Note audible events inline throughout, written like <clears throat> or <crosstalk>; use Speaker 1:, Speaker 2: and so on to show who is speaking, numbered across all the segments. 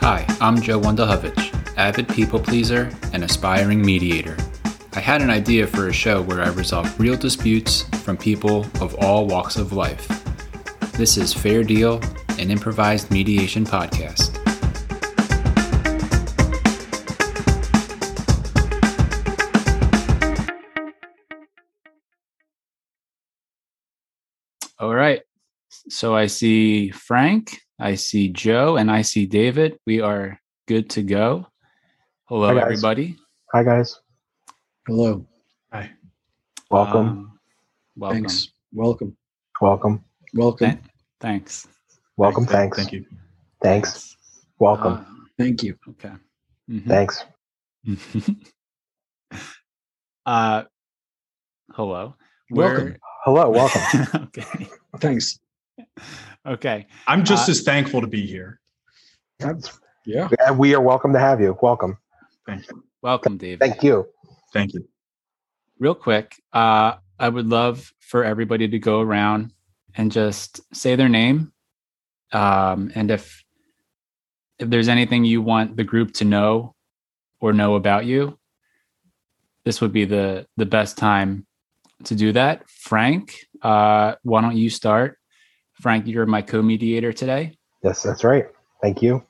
Speaker 1: Hi, I'm Joe Wondahovich, avid people pleaser and aspiring mediator. I had an idea for a show where I resolve real disputes from people of all walks of life. This is Fair Deal, an improvised mediation podcast. All right. So I see Frank, I see Joe, and I see David. We are good to go. Hello,
Speaker 2: Hi, guys.
Speaker 1: everybody.
Speaker 2: Hi guys,
Speaker 3: Hello.
Speaker 2: welcome,
Speaker 1: Um, welcome.
Speaker 3: Thanks. Welcome.
Speaker 2: welcome,
Speaker 3: Welcome.
Speaker 1: Thank- Thanks.
Speaker 2: welcome. Thanks,
Speaker 3: Thank you.
Speaker 2: thanks, welcome,
Speaker 3: Thank you.
Speaker 1: Uh, okay.
Speaker 3: hmm.
Speaker 1: Mhm.
Speaker 2: thanks.
Speaker 1: <laughs> uh, hello.
Speaker 3: Welcome.
Speaker 2: Hello,
Speaker 3: <laughs>
Speaker 2: welcome.
Speaker 1: We're- <laughs> okay.
Speaker 3: Thanks.
Speaker 1: Okay.
Speaker 4: I'm just
Speaker 1: Uh,
Speaker 4: as thankful to be here.
Speaker 3: That's- yeah.
Speaker 2: Yeah, we are welcome to have you. Welcome.
Speaker 1: Welcome, David.
Speaker 2: Thank you.
Speaker 4: Thank you.
Speaker 1: Real quick, uh, I would love for everybody to go around and just say their name. Um, and if if there's anything you want the group to know or know about you, this would be the the best time to do that. Frank, uh, why don't you start? Frank, you're my co-mediator today.
Speaker 2: Yes, that's right. Thank you.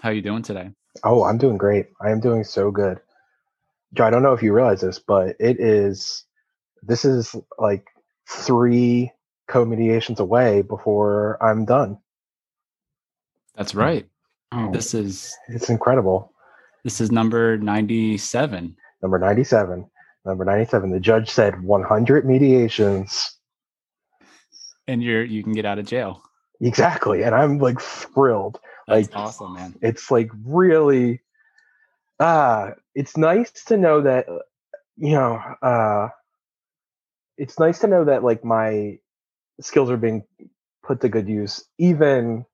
Speaker 1: How you doing today?
Speaker 2: Oh, I'm doing great. I am doing so good. Joe, I don't know if you realize this, but it is this is like three co-mediations away before I'm done.
Speaker 1: That's right.
Speaker 3: Oh,
Speaker 1: This is
Speaker 2: It's incredible.
Speaker 1: this is number 97.
Speaker 2: Number 97. Number 97. The judge said 100 mediations.
Speaker 1: And you're you can get out of jail.
Speaker 2: Exactly. And I'm like thrilled.
Speaker 1: That's
Speaker 2: Like-
Speaker 1: awesome, man.
Speaker 2: it's like really uh it's nice to know that uh, you know uh it's nice to know that like my skills are being put to good use even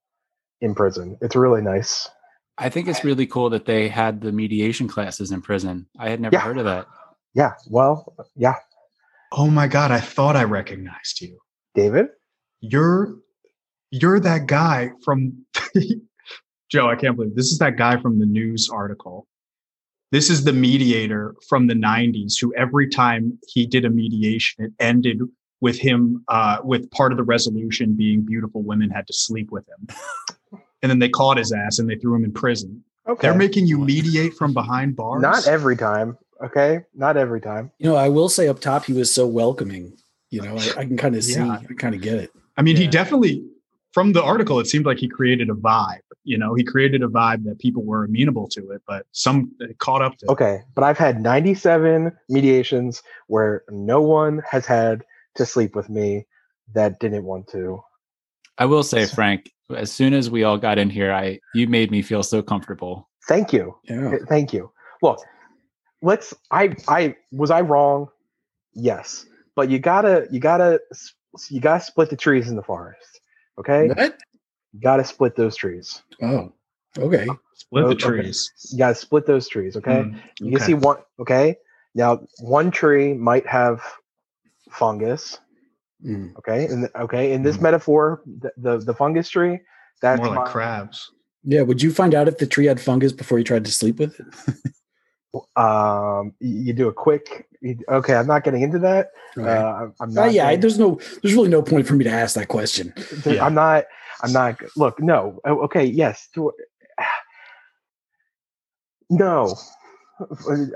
Speaker 2: in prison it's really nice
Speaker 1: I think it's really cool that they had the mediation classes in prison. I had never
Speaker 2: Yeah.
Speaker 1: heard of that.
Speaker 2: yeah well yeah
Speaker 4: Oh my God, I thought I recognized you.
Speaker 2: david
Speaker 4: You're you're that guy from <laughs> Joe, I can't believe this is that guy from the news article. This is the mediator from the 90s who every time he did a mediation, it ended with him uh, with part of the resolution being beautiful women had to sleep with him. and then they caught his ass and they threw him in prison.
Speaker 2: okay
Speaker 4: They're making you
Speaker 1: What?
Speaker 4: mediate from behind bars.
Speaker 2: not every time okay not every time
Speaker 3: You know, I will say up top, he was so welcoming. You know, I, I can kind of see,
Speaker 4: Yeah.
Speaker 3: I kind of get it.
Speaker 4: I mean, he
Speaker 1: Yeah.
Speaker 4: definitely, from the article, it seemed like he created a vibe. You know, he created a vibe that people were amenable to it, but some it caught up to. it.
Speaker 2: okay but i've had 97 mediations where no one has had to sleep with me that didn't want to
Speaker 1: I will say, Frank, as soon as we all got in here, I you made me feel so comfortable.
Speaker 2: thank you
Speaker 3: Yeah.
Speaker 2: Th- Thank you. Look, let's. I I was I wrong? Yes, but you gotta you gotta s- you gotta split the trees in the forest. Okay,
Speaker 3: What?
Speaker 2: you gotta split those trees.
Speaker 3: Oh, okay.
Speaker 4: Split
Speaker 2: Oh,
Speaker 4: the
Speaker 2: okay.
Speaker 4: trees.
Speaker 2: You gotta split those trees. Okay,
Speaker 4: Mm,
Speaker 2: you can
Speaker 4: okay.
Speaker 2: see one. Okay, now one tree might have fungus.
Speaker 3: Mm.
Speaker 2: Okay, and th- okay in this metaphor, the, the the fungus tree. That's
Speaker 4: more like
Speaker 2: my-
Speaker 4: crabs.
Speaker 3: Yeah. Would you find out if the tree had fungus before you tried to sleep with it?
Speaker 2: um. y- You do a quick. you- okay, I'm not getting into that.
Speaker 3: Okay.
Speaker 2: Uh, I'm
Speaker 3: Uh,
Speaker 2: not.
Speaker 3: yeah, I-
Speaker 2: getting-
Speaker 3: there's no, there's really no point for me to ask that question.
Speaker 2: Th-
Speaker 4: Yeah.
Speaker 2: I'm not. I'm not. g- Look, no. o- Okay, yes. do- No.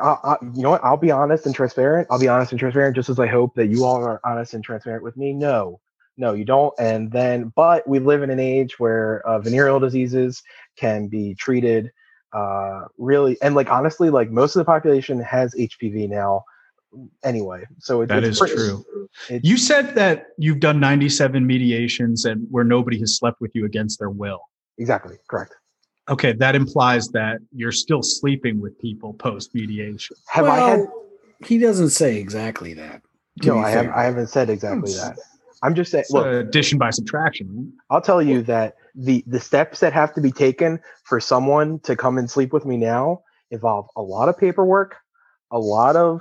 Speaker 2: I, I, you know what? I'll be honest and transparent. I'll be honest and transparent, just as I hope that you all are honest and transparent with me. No, no, you don't. And then, but we live in an age where uh, venereal diseases can be treated uh, really, and like honestly, like most of the population has HPV now. Anyway, so it,
Speaker 4: That
Speaker 2: it's
Speaker 4: is
Speaker 2: pretty-
Speaker 4: true.
Speaker 2: It's,
Speaker 4: You said that you've done 97 mediations and where nobody has slept with you against their will.
Speaker 2: exactly correct.
Speaker 4: Okay, that implies that you're still sleeping with people post mediation.
Speaker 2: Have I had
Speaker 3: Well, He doesn't say exactly that. to
Speaker 2: No,
Speaker 3: be
Speaker 2: I, have,
Speaker 3: fair.
Speaker 2: I haven't said exactly
Speaker 4: Hmm.
Speaker 2: that. I'm just saying.
Speaker 4: It's
Speaker 2: Look,
Speaker 4: uh, addition by subtraction.
Speaker 2: I'll tell you that the the steps that have to be taken for someone to come and sleep with me now involve a lot of paperwork, a lot of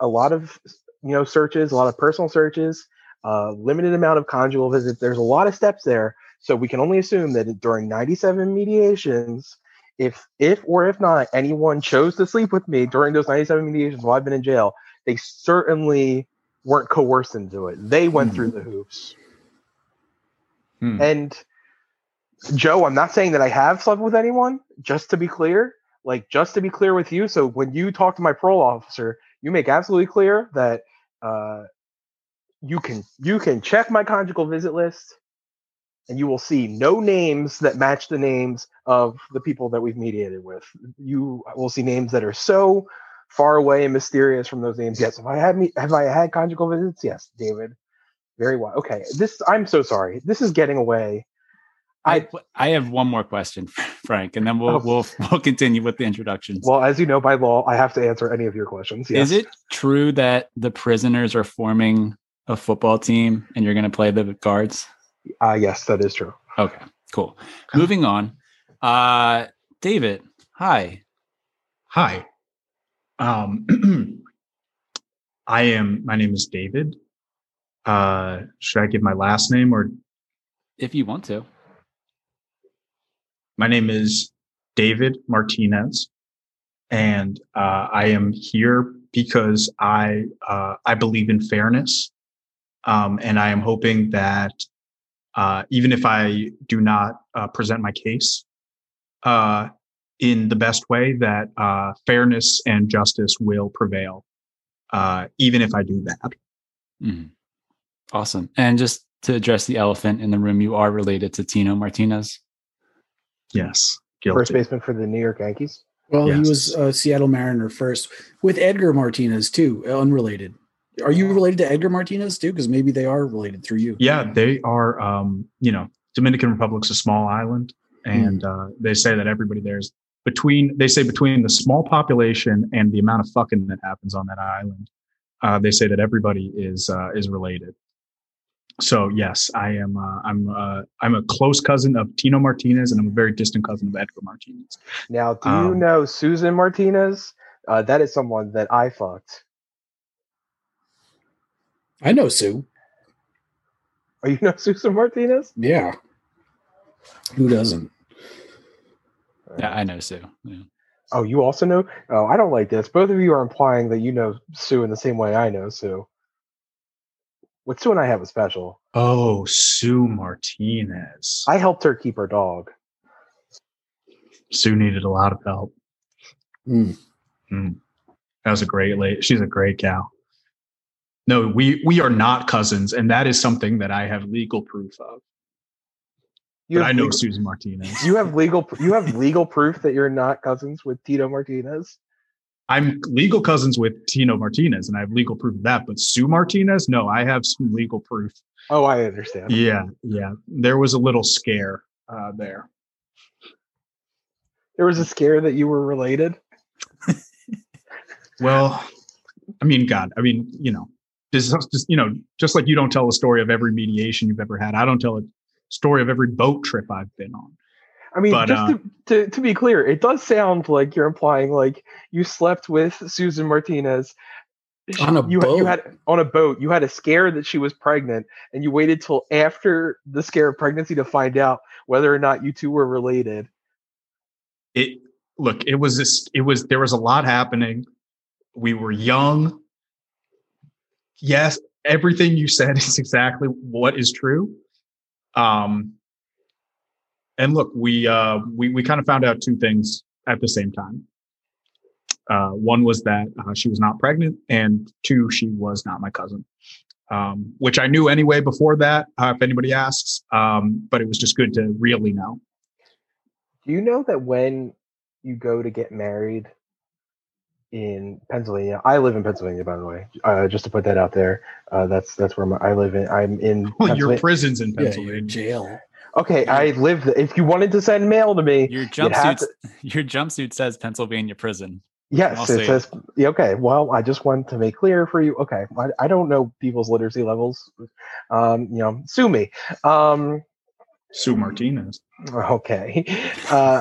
Speaker 2: a lot of you know searches, a lot of personal searches, a limited amount of conjugal visits. There's a lot of steps there, so we can only assume that during 97 mediations, if if or if not anyone chose to sleep with me during those 97 mediations while I've been in jail, they certainly weren't coerced into it. They went
Speaker 4: Hmm.
Speaker 2: through the hoops.
Speaker 4: Hmm.
Speaker 2: And Joe, I'm not saying that I have slept with anyone, just to be clear. Like just to be clear with you. So when you talk to my parole officer, you make absolutely clear that uh, you can you can check my conjugal visit list and you will see no names that match the names of the people that we've mediated with. You will see names that are so far away and mysterious from those names. Yes, have I had me? Have I had conjugal visits? Yes, David. Very well. Okay, this I'm so sorry. This is getting away.
Speaker 1: I I have one more question, <laughs> Frank, and then we'll
Speaker 2: Oh.
Speaker 1: we'll <laughs> we'll continue with the introductions.
Speaker 2: Well, as you know by law, I have to answer any of your questions. Yes.
Speaker 1: Is it true that the prisoners are forming a football team and you're going to play the guards?
Speaker 2: Uh, yes, that is true.
Speaker 1: Okay, cool. Moving on. Uh, David, hi.
Speaker 4: Hi. Um, <clears throat> I am, my name is David. Uh, should I give my last name or
Speaker 1: If you want to,
Speaker 4: my name is David Martinez? And uh, I am here because I uh, I believe in fairness, um, and I am hoping that uh, even if I do not uh, present my case uh, in the best way, that uh, fairness and justice will prevail, uh, even if I do that.
Speaker 1: Mhm. awesome. And just to address the elephant in the room, you are related to Tino Martinez.
Speaker 4: Yes,
Speaker 2: First
Speaker 4: guilty.
Speaker 2: baseman for the New York Yankees.
Speaker 3: Well,
Speaker 4: Yes.
Speaker 3: he was a Seattle Mariner first with Edgar Martinez too. Unrelated. Are you
Speaker 2: Oh.
Speaker 3: related to Edgar Martinez too? Because maybe they are related through you.
Speaker 4: Yeah, they are. Um, you know, Dominican Republic's a small island, and uh, they say that everybody there's between. They say between the small population and the amount of fucking that happens on that island, uh, they say that everybody is uh, is related. So yes, I am. Uh, I'm. Uh, I'm a close cousin of Tino Martinez, and I'm a very distant cousin of Edgar Martinez.
Speaker 2: Now, do you
Speaker 4: Um,
Speaker 2: know Susan Martinez? Uh, that is someone that I fucked.
Speaker 3: I know Sue.
Speaker 2: Oh, you <laughs> know Susan Martinez?
Speaker 3: Yeah. Who doesn't?
Speaker 1: Yeah, I know Sue. Yeah.
Speaker 2: Oh, you also know? Oh, I don't like this. Both of you are implying that you know Sue in the same way I know Sue. What Sue and I have is special.
Speaker 4: Oh, Sue Martinez.
Speaker 2: I helped her keep her dog.
Speaker 4: Sue needed a lot of help.
Speaker 3: Mm.
Speaker 4: That was a great lady. She's a great gal. No, we we are not cousins, and that is something that I have legal proof of.
Speaker 2: You
Speaker 4: but I know
Speaker 2: legal,
Speaker 4: Susan Martinez.
Speaker 2: You have legal. pr- You have legal proof that you're not cousins with Tito Martinez.
Speaker 4: I'm legal cousins with Tino Martinez, and I have legal proof of that. But Sue Martinez, no, I have some legal proof.
Speaker 2: Oh, I understand.
Speaker 4: Yeah, yeah. There was a little scare uh, there.
Speaker 2: There was a scare that you were related.
Speaker 4: Well, I mean, God, I mean, you know, this is just you know, just like you don't tell the story of every mediation you've ever had. I don't tell a story of every boat trip I've been on.
Speaker 2: I mean,
Speaker 4: But,
Speaker 2: just
Speaker 4: uh,
Speaker 2: to, to to be clear, it does sound like you're implying like you slept with Susan Martinez She-
Speaker 3: On a
Speaker 2: you, You
Speaker 3: boat.
Speaker 2: had on a boat. You had a scare that she was pregnant, and you waited till after the scare of pregnancy to find out whether or not you two were related.
Speaker 4: it look it was this it was there was a lot happening we were young yes everything you said <laughs> is exactly what is true um and look we uh we, we kind of found out two things at the same time uh one was that uh, she was not pregnant and two she was not my cousin um which i knew anyway before that uh, if anybody asks um but it was just good to really know
Speaker 2: Do you know that when you go to get married in Pennsylvania, I live in Pennsylvania, by the way. Uh, just to put that out there, uh, that's that's where my, I live. In I'm in.
Speaker 4: <laughs> well, your
Speaker 2: Pennsylvania-
Speaker 4: prisons in
Speaker 3: Yeah, you're
Speaker 4: pennsylvania
Speaker 3: in jail.
Speaker 2: okay, I live. th- If you wanted to send mail to me,
Speaker 1: Your
Speaker 2: you'd have
Speaker 1: jumpsuit,
Speaker 2: to-
Speaker 1: your jumpsuit says Pennsylvania prison. I'll
Speaker 2: Yes,
Speaker 1: say
Speaker 2: it
Speaker 1: it.
Speaker 2: says. yeah, Okay, well, I just want to make clear for you. Okay, I, I don't know people's literacy levels. Um, you know, sue me. Um,
Speaker 4: Sue Martinez.
Speaker 2: okay, <laughs> uh,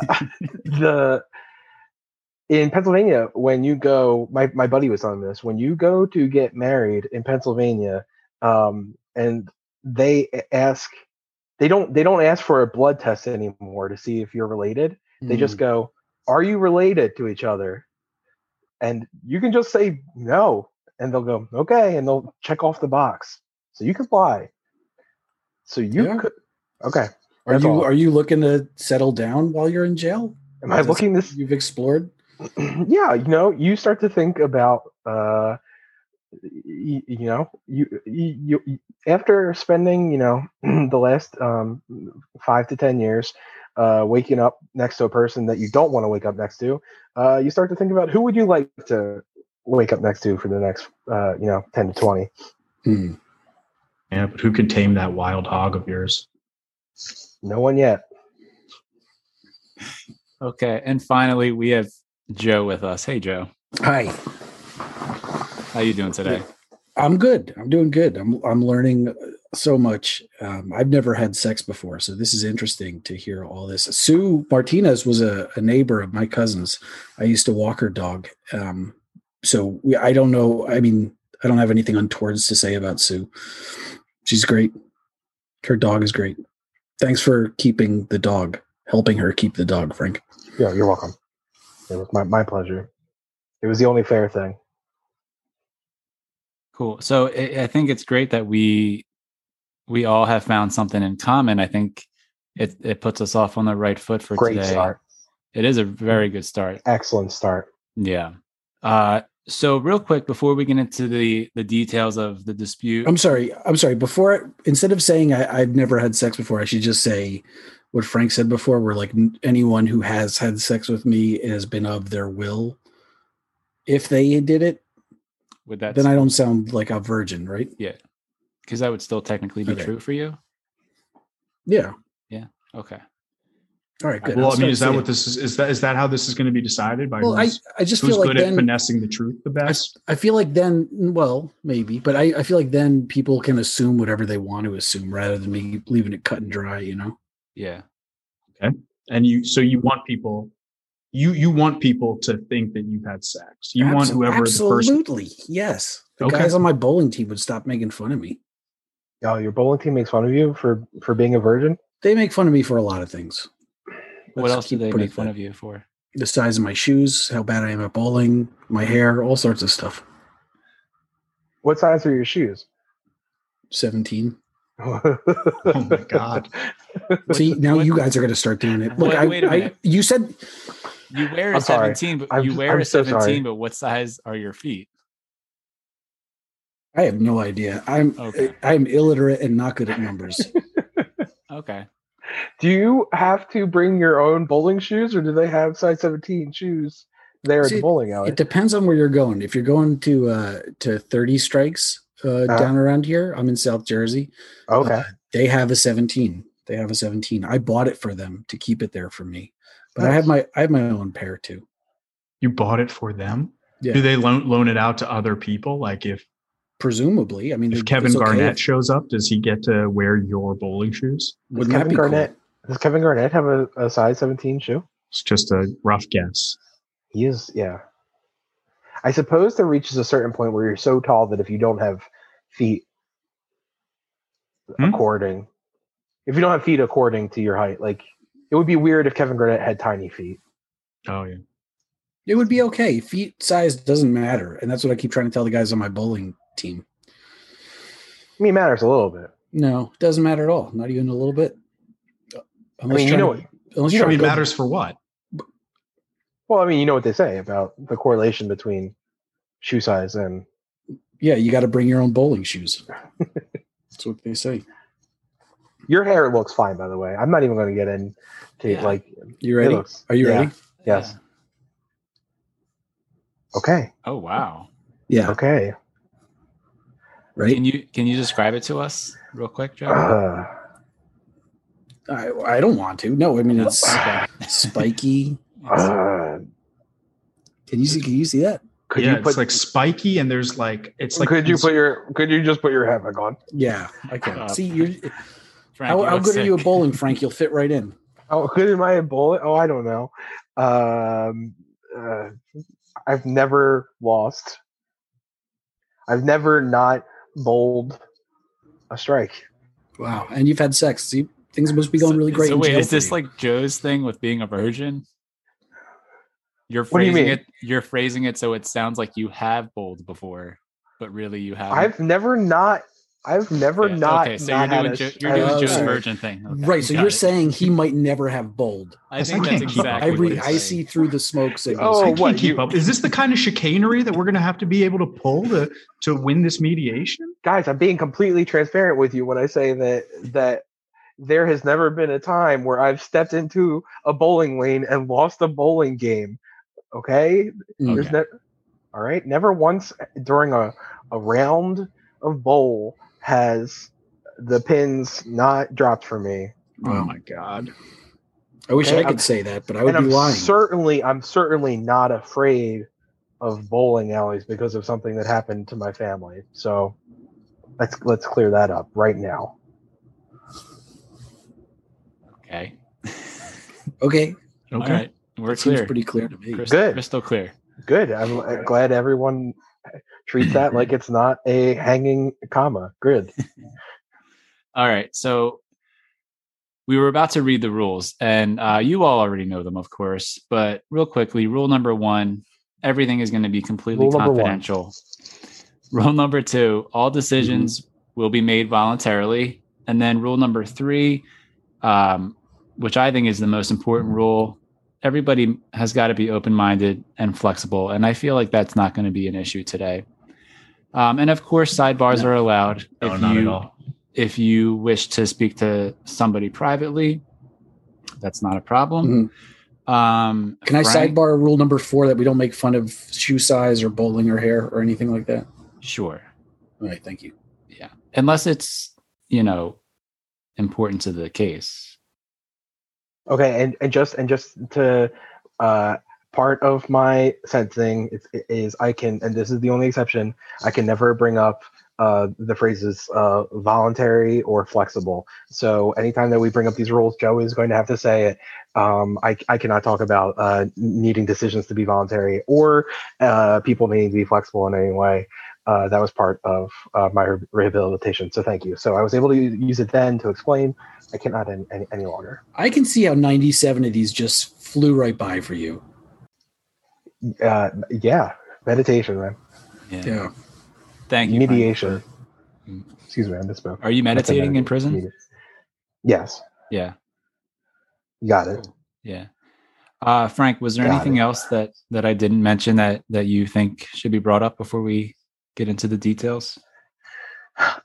Speaker 2: the in Pennsylvania when you go, my my buddy was on this. When you go to get married in Pennsylvania, um, and they ask,
Speaker 3: Mm.
Speaker 2: they don't they don't ask for a blood test anymore to see if you're related. They just go, are you related to each other? And you can just say no, and they'll go, okay, and they'll check off the box. So you comply. So you
Speaker 3: Yeah.
Speaker 2: could, okay.
Speaker 3: Hmm. Are
Speaker 2: That's
Speaker 3: you
Speaker 2: all.
Speaker 3: are you looking to settle down while you're in jail?
Speaker 2: Am I
Speaker 3: That's-
Speaker 2: looking this?
Speaker 3: You've explored.
Speaker 2: <clears throat> yeah, you know, you start to think about, uh, you, you know, you, you, you after spending, you know, <clears throat> the last um, five to ten years, uh, waking up next to a person that you don't want to wake up next to, uh, you start to think about who would you like to wake up next to for the next, uh, you know, ten to twenty.
Speaker 3: Hmm.
Speaker 4: Yeah, but who can tame that wild hog of yours?
Speaker 2: No one yet.
Speaker 1: Okay. And finally, we have Joe with us. Hey, Joe.
Speaker 3: Hi,
Speaker 1: How you doing today?
Speaker 3: I'm good. I'm doing good. I'm I'm learning so much. Um, I've never had sex before, so this is interesting to hear all this. Sue Martinez was a, a neighbor of my cousin's. I used to walk her dog. Um, so we, I don't know. I mean, I don't have anything untowards to say about Sue. She's great. Her dog is great. Thanks for keeping the dog, helping her keep the dog, Frank.
Speaker 2: Yeah, you're welcome. It was my, my pleasure. It was the only fair thing.
Speaker 1: Cool. So I I think it's great that we we all have found something in common. I think it it puts us off on the right foot for
Speaker 2: Great
Speaker 1: today.
Speaker 2: start.
Speaker 1: It is a very good start.
Speaker 2: Excellent start.
Speaker 1: Yeah. Uh, so real quick before we get into the the details of the dispute.
Speaker 3: I'm sorry. I'm sorry. Before, instead of saying I, I've never had sex before, I should just say what Frank said before, where like n- anyone who has had sex with me has been of their will. If they did it,
Speaker 1: would that
Speaker 3: then I don't sound like a virgin, right?
Speaker 1: because that would still technically be
Speaker 3: Okay.
Speaker 1: true for you.
Speaker 3: Yeah.
Speaker 1: Okay.
Speaker 3: All right. Good.
Speaker 4: Well,
Speaker 3: I'll
Speaker 4: I mean, is that
Speaker 3: start
Speaker 4: what this is? Is that is that how this is going to be decided by
Speaker 3: saying- Well, I,
Speaker 4: who's,
Speaker 3: I just
Speaker 4: who's
Speaker 3: feel like
Speaker 4: good at
Speaker 3: then
Speaker 4: finessing the truth the best?
Speaker 3: I feel like then well maybe, but I, I feel like then people can assume whatever they want to assume rather than me leaving it cut and dry. You know.
Speaker 1: Yeah.
Speaker 4: And you, so you want people, you you want people to think that you've had sex. You want
Speaker 3: Abso-
Speaker 4: whoever the first.
Speaker 3: Absolutely. Yes. The
Speaker 4: Okay.
Speaker 3: guys on my bowling team would stop making fun of me.
Speaker 2: Oh, your bowling team makes fun of you for for being a virgin.
Speaker 3: They make fun of me for a lot of things.
Speaker 1: What
Speaker 3: Let's
Speaker 1: else do
Speaker 3: keep
Speaker 1: they
Speaker 3: putting
Speaker 1: make fun
Speaker 3: that.
Speaker 1: of you for?
Speaker 3: The size of my shoes, how bad I am at bowling, my hair, all sorts of stuff.
Speaker 2: What size are your
Speaker 3: <laughs>
Speaker 2: shoes?
Speaker 3: 17.
Speaker 2: oh
Speaker 4: my
Speaker 2: <laughs>
Speaker 4: God.
Speaker 3: See, now
Speaker 1: what-
Speaker 3: you guys are going to start doing it. Look,
Speaker 1: Wait-
Speaker 3: I,
Speaker 1: wait a
Speaker 3: I-
Speaker 1: minute.
Speaker 3: you said
Speaker 1: You wear a
Speaker 2: I'm sorry.
Speaker 1: seventeen, but
Speaker 2: I'm
Speaker 1: you
Speaker 2: just-
Speaker 1: wear
Speaker 2: I'm
Speaker 1: a
Speaker 2: so sorry.
Speaker 1: seventeen, but what size are your feet?
Speaker 3: I have no idea. I'm
Speaker 1: Okay.
Speaker 3: I'm illiterate and not good at
Speaker 1: <laughs>
Speaker 3: numbers.
Speaker 1: Okay.
Speaker 2: Do you have to bring your own bowling shoes, or do they have size seventeen shoes there at
Speaker 3: See,
Speaker 2: the bowling alley?
Speaker 3: it depends on where you're going. If you're going to uh to 30 strikes uh,
Speaker 2: Uh-huh.
Speaker 3: down around here, I'm in South Jersey. Uh,
Speaker 2: okay,
Speaker 3: they have a 17 they have a 17 i bought it for them to keep it there for me but i
Speaker 2: Nice.
Speaker 3: have my i have my own pair too
Speaker 4: You bought it for them.
Speaker 3: Yeah.
Speaker 4: Do they loan loan it out to other people? Like if
Speaker 3: presumably i mean
Speaker 4: if
Speaker 3: it-
Speaker 4: Kevin
Speaker 3: it's okay
Speaker 4: Garnett
Speaker 3: if-
Speaker 4: shows up, does he get to wear your bowling shoes?
Speaker 2: does
Speaker 3: wouldn't that
Speaker 2: Kevin
Speaker 3: be
Speaker 2: Garnett
Speaker 3: cool?
Speaker 2: does Kevin Garnett have a, a size seventeen shoe?
Speaker 4: It's just a rough guess.
Speaker 2: He is, yeah. I suppose there reaches a certain point where you're so tall that if you don't have feet
Speaker 4: Hmm?
Speaker 2: according, if you don't have feet according to your height, like it would be weird if Kevin Garnett had tiny feet.
Speaker 4: Oh yeah.
Speaker 3: it would be okay feet size doesn't matter and that's what i keep trying to tell the guys on my bowling team
Speaker 2: I mean, it matters a little bit.
Speaker 3: no it doesn't matter at all not even a little bit
Speaker 2: I mean, you know,
Speaker 3: trying- unless
Speaker 2: you
Speaker 4: I
Speaker 2: know
Speaker 3: trying
Speaker 4: mean,
Speaker 3: to go-
Speaker 4: matters for what?
Speaker 2: well, I mean, you know what they say about the correlation between shoe size and
Speaker 3: yeah you got to bring your own bowling
Speaker 2: <laughs>
Speaker 3: shoes that's what they say
Speaker 2: your hair looks fine, by the way. I'm not even going to get in to
Speaker 1: Yeah.
Speaker 2: like
Speaker 3: you
Speaker 2: it
Speaker 3: ready
Speaker 2: looks.
Speaker 3: are you
Speaker 2: yeah.
Speaker 3: ready
Speaker 2: Yes.
Speaker 1: Yeah.
Speaker 2: Okay.
Speaker 1: Oh wow.
Speaker 3: yeah
Speaker 2: Okay.
Speaker 3: right
Speaker 1: Can you can you describe it to us real quick, Joe?
Speaker 2: Uh,
Speaker 3: I, I don't want to no i mean
Speaker 1: No?
Speaker 2: <laughs>
Speaker 3: it's
Speaker 1: Okay.
Speaker 3: spiky
Speaker 1: It's-
Speaker 2: uh,
Speaker 3: Can you see? Can you see that?
Speaker 2: could
Speaker 4: yeah,
Speaker 2: you put
Speaker 4: it's like spiky, and there's like it's like
Speaker 2: could you put your could you just put your hat back on?
Speaker 3: Yeah, I can.
Speaker 1: Uh,
Speaker 3: see, you're,
Speaker 1: Frank,
Speaker 3: how,
Speaker 1: you
Speaker 3: how
Speaker 1: look
Speaker 3: good are you at
Speaker 1: sick.
Speaker 3: bowling, Frank? You'll fit right in.
Speaker 2: Oh, could am I a bullet? Oh, I don't know. Um, uh, I've never lost. I've never not bowled a strike.
Speaker 3: Wow. And you've had sex. See, things must be going really
Speaker 1: So-
Speaker 3: great.
Speaker 1: So
Speaker 3: in
Speaker 1: wait,
Speaker 3: jail
Speaker 1: is
Speaker 3: for
Speaker 1: this
Speaker 3: you.
Speaker 1: like Joe's thing with being a virgin? You're
Speaker 2: What do you
Speaker 1: phrasing
Speaker 2: mean?
Speaker 1: it. You're phrasing it so it sounds like you have bowled before, but really you haven't.
Speaker 2: I've never not. I've never
Speaker 1: Um, Yeah,
Speaker 2: not.
Speaker 1: Okay, so
Speaker 2: not
Speaker 1: you're
Speaker 2: had
Speaker 1: doing
Speaker 2: a-
Speaker 1: Joe,
Speaker 2: I-
Speaker 1: you're doing
Speaker 3: Oh,
Speaker 1: Joe
Speaker 3: sorry.
Speaker 1: Virgin thing. Okay,
Speaker 3: right. So
Speaker 1: got
Speaker 3: you're
Speaker 1: it.
Speaker 3: saying he might never have bowled.
Speaker 1: I
Speaker 4: Yes, I
Speaker 1: think that's
Speaker 4: can't keep up
Speaker 1: exactly.
Speaker 4: Back
Speaker 3: I,
Speaker 4: with
Speaker 1: what
Speaker 3: re-
Speaker 1: he's
Speaker 3: I
Speaker 1: saying.
Speaker 3: see through the smoke signals.
Speaker 2: Oh,
Speaker 3: here.
Speaker 4: I can't
Speaker 2: what,
Speaker 4: keep
Speaker 2: you-
Speaker 4: up. Is this the kind of chicanery that we're going to have to be able to pull to to win this mediation?
Speaker 2: guys, I'm being completely transparent with you when I say that that there has never been a time where I've stepped into a bowling lane and lost a bowling game. Okay,
Speaker 3: Mm.
Speaker 2: there's ne- all right. Never once during a a round of bowl has the pins not dropped for me.
Speaker 4: Oh my god!
Speaker 3: I wish
Speaker 2: okay,
Speaker 3: I could
Speaker 2: I'm-
Speaker 3: say that, but I would
Speaker 2: and
Speaker 3: be
Speaker 2: I'm
Speaker 3: lying.
Speaker 2: certainly I'm certainly not afraid of bowling alleys because of something that happened to my family. So let's let's clear that up right now.
Speaker 1: Okay.
Speaker 3: okay,
Speaker 1: All
Speaker 4: Okay.
Speaker 1: right. We're
Speaker 3: that seems
Speaker 1: clear.
Speaker 3: pretty clear to me.
Speaker 1: Crystal-
Speaker 2: Good.
Speaker 1: Crystal clear.
Speaker 2: Good. I'm uh, glad everyone treats that like it's not a hanging comma. Good.
Speaker 1: All right. So we were about to read the rules, and uh, you all already know them, of course. But real quickly, rule number one everything is going to be completely
Speaker 2: Rule number one. Mm-hmm.
Speaker 1: confidential. Rule number two all decisions will be made voluntarily. And then rule number three, um, which I think is the most important
Speaker 5: Mm-hmm.
Speaker 1: rule. Everybody has got to be open minded and flexible. And I feel like that's not going to be an issue today. Um, and of course, sidebars are allowed
Speaker 5: No,
Speaker 1: if
Speaker 5: not at
Speaker 1: you
Speaker 5: all.
Speaker 1: if you wish to speak to somebody privately, that's not a problem.
Speaker 5: Mm-hmm.
Speaker 1: Um,
Speaker 3: Can I
Speaker 1: Frank-
Speaker 3: sidebar rule number four that we don't make fun of shoe size or bowling or hair or anything like that?
Speaker 1: Sure,
Speaker 3: All right, thank you.
Speaker 1: unless it's you know important to the case.
Speaker 2: Okay, and, and just and just to uh part of my sensing is, is I can and this is the only exception, I can never bring up uh the phrases uh voluntary or flexible. So anytime that we bring up these rules, Joe is going to have to say it. Um I I cannot talk about uh needing decisions to be voluntary or uh people needing to be flexible in any way. Uh, that was part of uh, my re- rehabilitation. So thank you. So I was able to u- use it then to explain. I cannot any, any, any longer.
Speaker 3: I can see how 97 of these just flew right by for you.
Speaker 2: uh yeah meditation man
Speaker 1: Yeah.
Speaker 3: Yeah.
Speaker 1: Thank you. Frank.
Speaker 2: mediation excuse me i misspoke
Speaker 1: Are you meditating in prison?
Speaker 2: Medi- yes
Speaker 1: Yeah.
Speaker 2: you got it
Speaker 1: Yeah. Uh, Frank, was there
Speaker 2: Got
Speaker 1: anything
Speaker 2: it.
Speaker 1: else that that I didn't mention that that you think should be brought up before we get into the details?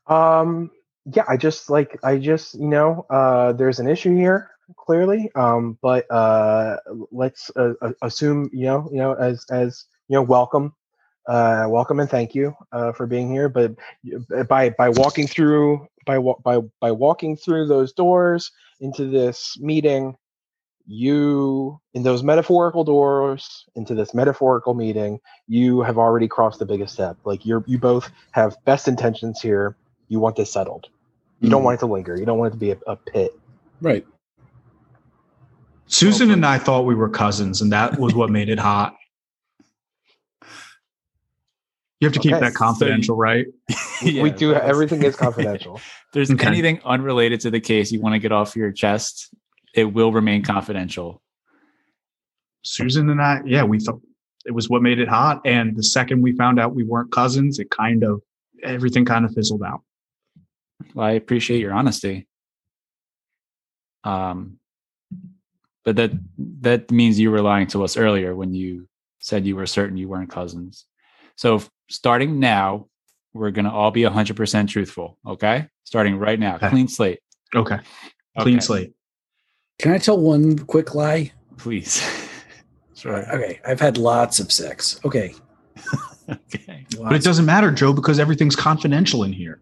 Speaker 2: um yeah i just like i just you know uh there's an issue here clearly um but uh let's uh, uh, assume you know you know as as you know welcome uh welcome and thank you uh for being here but y- by by walking through by wa- by by walking through those doors into this meeting you in those metaphorical doors into this metaphorical meeting you have already crossed the biggest step like you're you both have best intentions here you want this settled you don't
Speaker 3: Mhm.
Speaker 2: want it to linger you don't want it to be a, a pit
Speaker 3: Right.
Speaker 4: Susan and I thought we were cousins, and that was what made it hot. You have to keep
Speaker 2: Okay.
Speaker 4: that confidential, right?
Speaker 1: Yeah,
Speaker 2: we do
Speaker 1: that was-
Speaker 2: everything
Speaker 1: <laughs>
Speaker 2: is confidential
Speaker 1: If there's
Speaker 4: Okay.
Speaker 1: anything unrelated to the case you want to get off your chest, it will remain confidential.
Speaker 4: Susan and I, yeah, we thought it was what made it hot. And the second we found out we weren't cousins, it kind of everything kind of fizzled out.
Speaker 1: Well, I appreciate your honesty. Um, but that that means you were lying to us earlier when you said you were certain you weren't cousins. So f- starting now, we're gonna all be hundred percent truthful. Okay, starting right now,
Speaker 4: Okay.
Speaker 1: clean slate.
Speaker 4: Okay, clean
Speaker 1: Okay,
Speaker 4: slate.
Speaker 3: Can I tell one quick lie?
Speaker 1: please. <laughs> sure.
Speaker 3: Okay. I've had lots of sex. Okay.
Speaker 1: Okay,
Speaker 4: But it
Speaker 3: Lots.
Speaker 4: doesn't matter, Joe, because everything's confidential in here.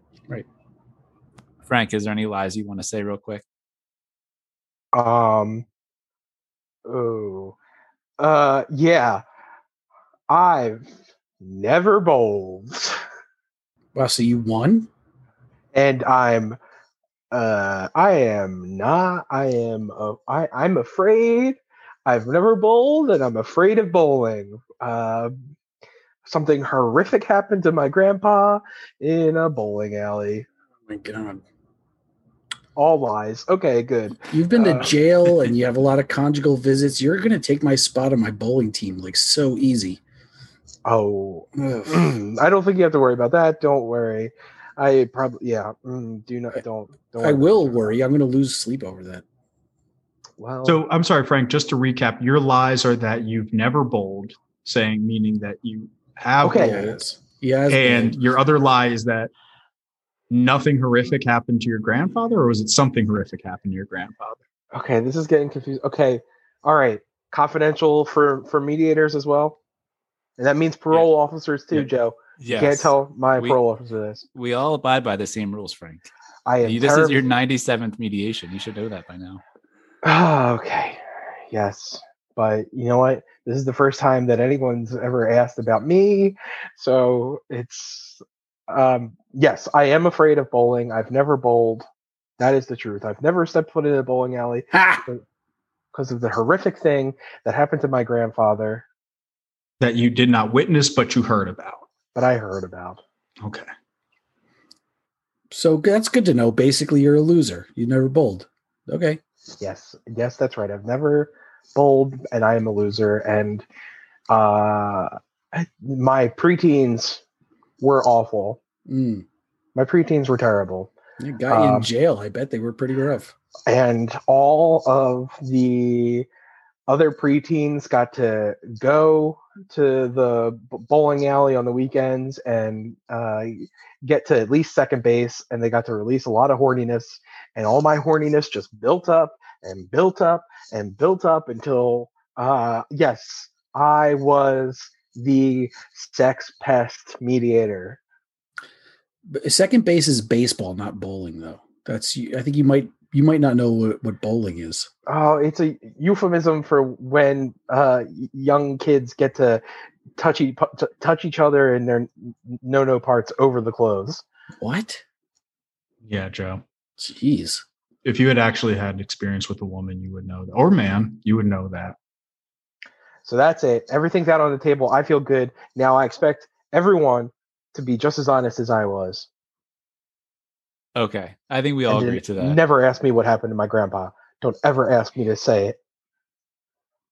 Speaker 1: Frank, is there any lies you want to say real quick?
Speaker 2: um oh uh yeah i've never bowled
Speaker 3: Wow. So you won?
Speaker 2: and I'm uh I am not I am uh, I I'm afraid I've never bowled and I'm afraid of bowling. Uh, something horrific happened to my grandpa in a bowling alley.
Speaker 3: Oh my God.
Speaker 2: all lies. Okay, good.
Speaker 3: You've been to
Speaker 2: Uh, <laughs>
Speaker 3: jail and you have a lot of conjugal visits. You're gonna take my spot on my bowling team like so easy.
Speaker 2: Oh, <clears throat>
Speaker 3: Ugh.
Speaker 2: mm, I don't think you have to worry about that. Don't worry. I probably yeah. Mm, do not don't. don't
Speaker 3: I
Speaker 2: worry.
Speaker 3: will worry. I'm gonna lose sleep over that.
Speaker 2: Well,
Speaker 4: So I'm sorry, Frank. Just to recap, your lies are that you've never bowled, saying meaning that you have
Speaker 2: Okay.
Speaker 3: Yeah, it
Speaker 4: bowled,
Speaker 3: is. Yeah, it's
Speaker 4: and
Speaker 3: bad.
Speaker 4: your other lie is that nothing horrific happened to your grandfather, or was it something horrific happened to your grandfather?
Speaker 2: okay, this is getting confused. Okay, all right. Confidential for for mediators as well, and that means parole officers too,
Speaker 1: Yeah.
Speaker 2: Joe.
Speaker 1: Yes.
Speaker 2: Can't tell my
Speaker 1: We-
Speaker 2: parole officer this.
Speaker 1: We all abide by the same rules, Frank.
Speaker 2: I am.
Speaker 1: You, this is
Speaker 2: terrib-
Speaker 1: your 97th mediation. You should know that by now.
Speaker 2: Ah, okay. Yes. But you know what? This is the first time that anyone's ever asked about me. So it's um yes, I am afraid of bowling. I've never bowled. That is the truth. I've never stepped foot in a bowling alley
Speaker 3: Ha!
Speaker 2: because of the horrific thing that happened to my grandfather
Speaker 4: That you did not witness, but you heard about.
Speaker 2: that I heard about.
Speaker 4: Okay.
Speaker 3: So that's good to know. Basically, you're a loser. You never bowled. Okay.
Speaker 2: Yes. Yes, that's right. I've never bowled and I am a loser and uh my preteens were awful.
Speaker 3: Mm.
Speaker 2: My preteens were terrible.
Speaker 3: It got you in
Speaker 2: Um,
Speaker 3: jail. I bet they were pretty rough.
Speaker 2: and all of the other preteens got to go to the b- bowling alley on the weekends and uh, get to at least second base, and they got to release a lot of horniness. And all my horniness just built up and built up and built up until, uh, yes, I was the sex pest mediator.
Speaker 3: But second base is baseball, not bowling, though. That's. I think you might you might not know what, what bowling is.
Speaker 2: Oh, it's a euphemism for when uh, y- young kids get to touch e- pu- t- touch each other in their no no parts over the clothes.
Speaker 3: What?
Speaker 4: Yeah, Joe.
Speaker 3: Jeez.
Speaker 4: If you had actually had experience with a woman, you would know that, or man, you would know that.
Speaker 2: So that's it. Everything's out on the table. I feel good now. I expect everyone to be just as honest as I was.
Speaker 1: Okay. I think we all
Speaker 2: And
Speaker 1: agree
Speaker 2: then
Speaker 1: to that.
Speaker 2: Never ask me what happened to my grandpa. Don't ever ask me to say it.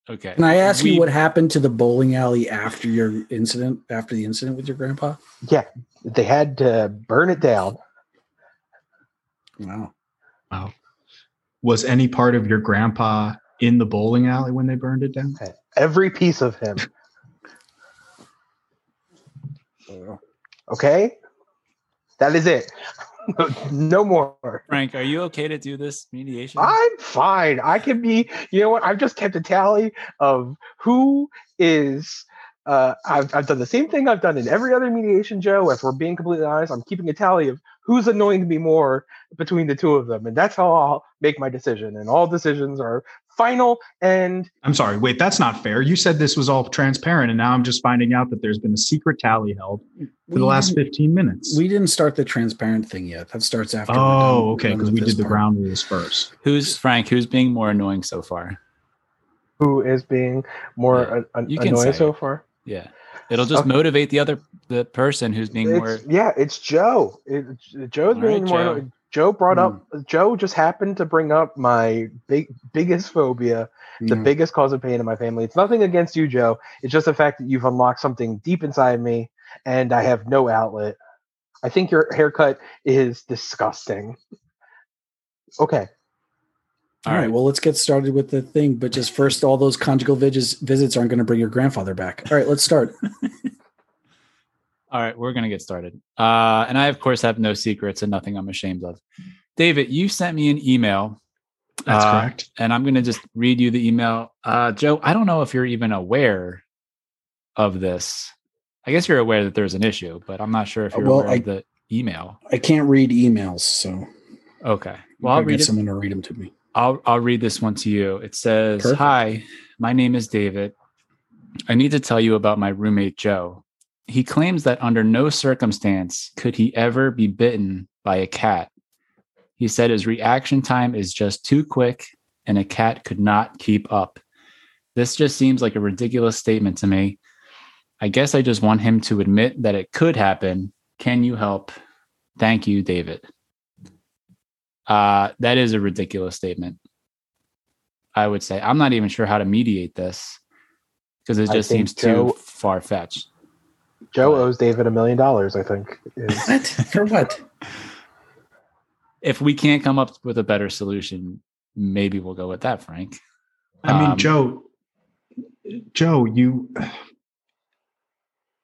Speaker 1: okay.
Speaker 3: Can I ask
Speaker 1: We-
Speaker 3: you what happened to the bowling alley after your incident? After the incident with your grandpa?
Speaker 2: Yeah, they had to burn it down.
Speaker 3: Wow.
Speaker 4: Was any part of your grandpa in the bowling alley when they burned it down?
Speaker 2: Every piece of him. Okay, that is it. <laughs> no more.
Speaker 1: Frank, are you okay to do this mediation?
Speaker 2: I'm fine. I can be. You know what? I've just kept a tally of who is. Uh, I've I've done the same thing I've done in every other mediation, Joe. If we're being completely honest, I'm keeping a tally of who's annoying me more between the two of them, and that's how I'll make my decision. And all decisions are final. And
Speaker 4: I'm sorry. Wait, that's not fair. You said this was all transparent, and now I'm just finding out that there's been a secret tally held for
Speaker 3: We
Speaker 4: the last
Speaker 3: didn't-
Speaker 4: 15 minutes.
Speaker 3: We didn't start the transparent thing yet. That starts after. we're done-
Speaker 4: oh,
Speaker 3: we're
Speaker 4: okay.
Speaker 3: done
Speaker 4: Because
Speaker 3: with
Speaker 4: we
Speaker 3: this
Speaker 4: did the
Speaker 3: part.
Speaker 4: ground rules first.
Speaker 1: Who's Frank? Who's being more annoying so far?
Speaker 2: who is being
Speaker 1: Yeah,
Speaker 2: more an-
Speaker 1: you can
Speaker 2: annoying
Speaker 1: say
Speaker 2: so
Speaker 1: it.
Speaker 2: far?
Speaker 1: Yeah. It'll just
Speaker 2: Okay.
Speaker 1: motivate the other the person who's being more
Speaker 2: It's, yeah, it's Joe. It, Joe's
Speaker 1: All
Speaker 2: being
Speaker 1: right,
Speaker 2: more.
Speaker 1: Joe. Hmm.
Speaker 2: Joe brought up. Joe just happened to bring up my big biggest phobia. the
Speaker 3: No.
Speaker 2: biggest cause of pain in my family. It's nothing against you, Joe. It's just the fact that you've unlocked something deep inside me and I have no outlet. I think your haircut is disgusting. Okay.
Speaker 3: All right. Well, let's get started with the thing. But just first, all those conjugal visits visits aren't going to bring your grandfather back. All right. Let's start.
Speaker 1: All right, we're going to get started. Uh, and I, of course, have no secrets and nothing I'm ashamed of. David, you sent me an email,
Speaker 4: That's
Speaker 1: Uh,
Speaker 4: correct.
Speaker 1: and I'm going to just read you the email. Uh, Joe, I don't know if you're even aware of this. I guess you're aware that there's an issue, but I'm not sure if you're
Speaker 3: Well,
Speaker 1: aware
Speaker 3: I-
Speaker 1: of the email.
Speaker 3: I can't read emails, so
Speaker 1: Okay. Well, I'll
Speaker 3: I'll
Speaker 1: read
Speaker 3: get
Speaker 1: it.
Speaker 3: someone to read them to me.
Speaker 1: I'll I'll read this one to you. It says,
Speaker 3: Perfect.
Speaker 1: "Hi, my name is David. I need to tell you about my roommate Joe. He claims that under no circumstance could he ever be bitten by a cat. He said his reaction time is just too quick and a cat could not keep up. This just seems like a ridiculous statement to me. I guess I just want him to admit that it could happen. Can you help? Thank you, David." Uh, that is a ridiculous statement. I would say I'm not even sure how to mediate this because it
Speaker 2: I
Speaker 1: just
Speaker 2: think
Speaker 1: seems
Speaker 2: Joe-
Speaker 1: too far fetched.
Speaker 2: Joe
Speaker 1: Right.
Speaker 2: owes David a million dollars, I think. is-
Speaker 3: What for? What?
Speaker 1: If we can't come up with a better solution, maybe we'll go with that, Frank.
Speaker 4: I mean,
Speaker 1: Um,
Speaker 4: Joe, Joe, you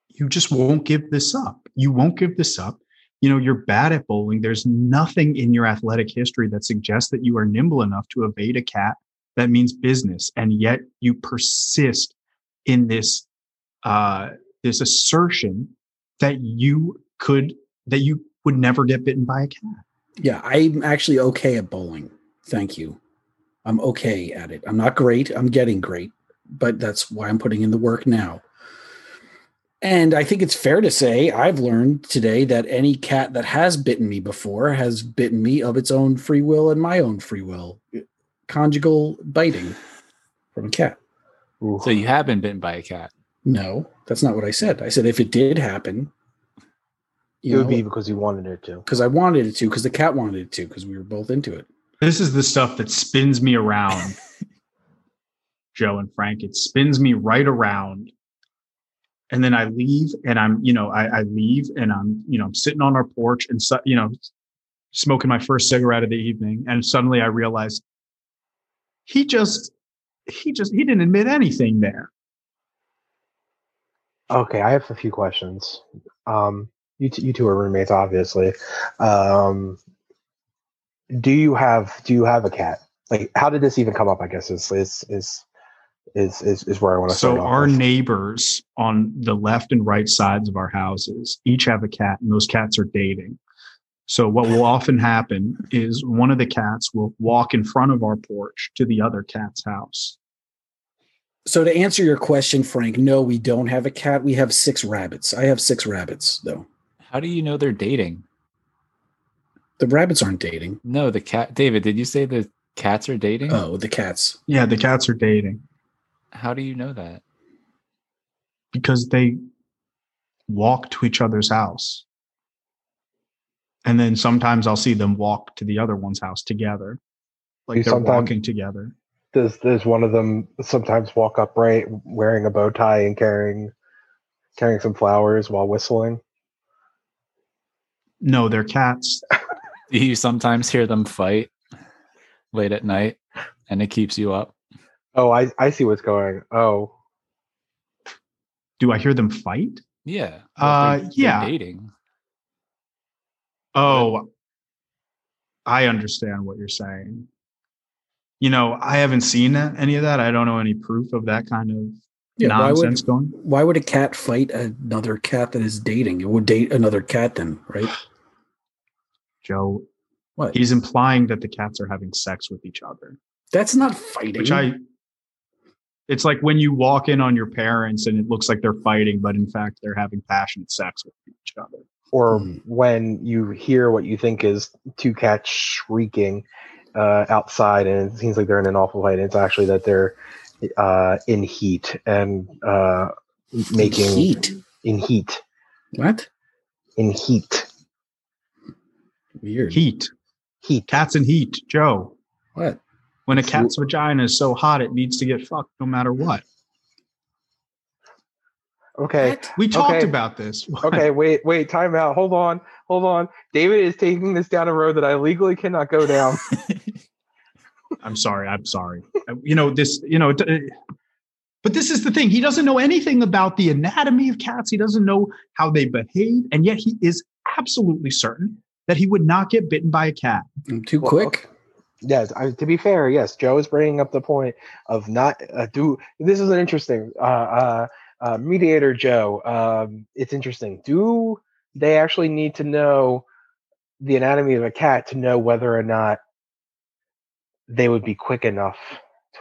Speaker 4: you just won't give this up. You won't give this up. You know, you're bad at bowling. There's nothing in your athletic history that suggests that you are nimble enough to evade a cat that means business, and yet you persist in this uh, this assertion that you could that you would never get bitten by a cat.
Speaker 3: Yeah, I'm actually okay at bowling. Thank you. I'm okay at it. I'm not great. I'm getting great, but that's why I'm putting in the work now. And I think it's fair to say I've learned today that any cat that has bitten me before has bitten me of its own free will and my own free will. Conjugal biting from a cat.
Speaker 2: Ooh.
Speaker 1: So you have been bitten by a cat.
Speaker 3: No, that's not what I said. I said if it did happen,
Speaker 2: it
Speaker 3: you
Speaker 2: would be
Speaker 3: know,
Speaker 2: because you wanted it to.
Speaker 3: because I wanted it to, because the cat wanted it to, because we were both into it.
Speaker 4: This is the stuff that spins me around, Joe and Frank. It spins me right around. And then I leave and I'm, you know, I, I leave and I'm, you know, I'm sitting on our porch and, su- you know, smoking my first cigarette of the evening. And suddenly I realize he just, he just, he didn't admit anything there.
Speaker 2: Okay, I have a few questions. Um, you t- you two are roommates, obviously. Um, do you have do you have a cat? Like, how did this even come up? I guess is is is is is, is where I want to start.
Speaker 4: So
Speaker 2: off
Speaker 4: our
Speaker 2: with.
Speaker 4: neighbors on the left and right sides of our houses each have a cat, and those cats are dating. So what will often happen is one of the cats will walk in front of our porch to the other cat's house.
Speaker 3: So to answer your question, Frank, no, we don't have a cat. We have six rabbits. I have six rabbits, though.
Speaker 1: How do you know they're dating?
Speaker 3: The rabbits aren't dating.
Speaker 1: No, the cat. David, did you say the cats are dating?
Speaker 3: Oh, the cats.
Speaker 4: Yeah, the cats are dating
Speaker 1: How do you know that?
Speaker 4: because they walk to each other's house. And then sometimes I'll see them walk to the other one's house together.
Speaker 2: You
Speaker 4: Like they're
Speaker 2: sometime-
Speaker 4: walking together.
Speaker 2: does does one of them sometimes walk upright, wearing a bow tie and carrying carrying some flowers while whistling?
Speaker 4: No, they're cats.
Speaker 1: Do you sometimes hear them fight late at night and it keeps you up?
Speaker 2: Oh, I I see what's going. Oh,
Speaker 4: Do I hear them fight?
Speaker 1: Yeah. if
Speaker 4: Uh, yeah.
Speaker 1: dating.
Speaker 4: Oh, I understand what you're saying. You know, I haven't seen that, any of that. I don't know any proof of that kind of
Speaker 3: Yeah,
Speaker 4: nonsense
Speaker 3: Why
Speaker 4: going.
Speaker 3: would why would a cat fight another cat that is dating? It would date another cat then, right?
Speaker 4: Joe,
Speaker 3: What?
Speaker 4: he's implying that the cats are having sex with each other,
Speaker 3: That's not fighting.
Speaker 4: which I. It's like when you walk in on your parents and it looks like they're fighting, but in fact they're having passionate sex with each other.
Speaker 2: or
Speaker 3: Hmm.
Speaker 2: when you hear what you think is two cats shrieking uh, outside, and it seems like they're in an awful fight. and It's actually that they're uh, in heat and uh, making
Speaker 3: heat.
Speaker 2: in heat
Speaker 3: What?
Speaker 2: in heat
Speaker 3: Weird.
Speaker 4: Heat,
Speaker 2: heat.
Speaker 4: cats and heat, Joe.
Speaker 3: What?
Speaker 4: When a
Speaker 2: It's-
Speaker 4: cat's vagina is so hot, it needs to get fucked no matter what.
Speaker 2: Okay,
Speaker 3: What?
Speaker 4: We talked
Speaker 2: Okay.
Speaker 4: about this. <laughs>
Speaker 2: okay, wait, wait, time out. Hold on, hold on. David is taking this down a road that I legally cannot go down.
Speaker 4: I'm sorry. I'm sorry. Uh, you know this. You know, t- but this is the thing. He doesn't know anything about the anatomy of cats. He doesn't know how they behave, and yet he is absolutely certain that he would not get bitten by a cat.
Speaker 3: I'm too
Speaker 2: Well,
Speaker 3: quick.
Speaker 2: Yes, I, to be fair, yes, Joe is bringing up the point of not uh, do. This is an interesting uh, uh, uh, mediator, Joe. Um, it's interesting. Do they actually need to know the anatomy of a cat to know whether or not they would be quick enough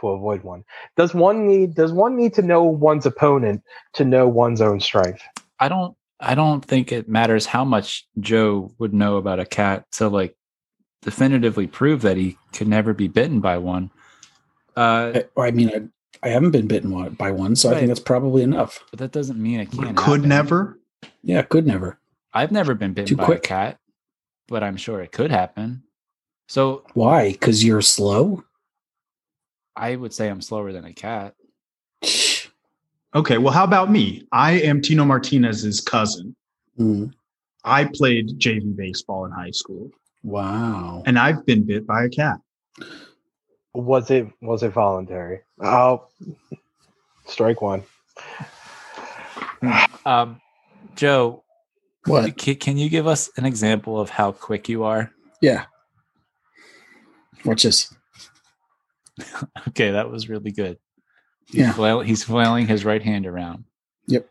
Speaker 2: to avoid one? Does one need Does one need to know one's opponent to know one's own strength?
Speaker 1: I don't I don't think it matters how much Joe would know about a cat to like definitively prove that he could never be bitten by one. Uh
Speaker 3: I, I mean, I, I haven't been bitten one- by one, so I
Speaker 1: Right.
Speaker 3: think that's probably enough.
Speaker 1: but that doesn't mean it can't
Speaker 4: Could
Speaker 1: happen.
Speaker 4: never.
Speaker 3: Yeah, could never.
Speaker 1: I've never been bitten
Speaker 3: Too
Speaker 1: by
Speaker 3: quick.
Speaker 1: a cat, but I'm sure it could happen. So
Speaker 3: Why? Because you're slow. <sniffs>
Speaker 1: I would say I'm slower than a cat.
Speaker 4: Okay, well, how about me? I am Tino Martinez's cousin.
Speaker 3: Mm.
Speaker 4: I played JV baseball in high school,
Speaker 3: Wow.
Speaker 4: and I've been bit by a cat.
Speaker 2: Was it was it voluntary? Oh, strike one.
Speaker 1: Um, Joe,
Speaker 3: What?
Speaker 1: c- can you give us an example of how quick you are?
Speaker 3: Yeah. Watch this.
Speaker 1: Okay, that was really good. He's,
Speaker 3: Yeah.
Speaker 1: flail- he's flailing his right hand around.
Speaker 3: Yep.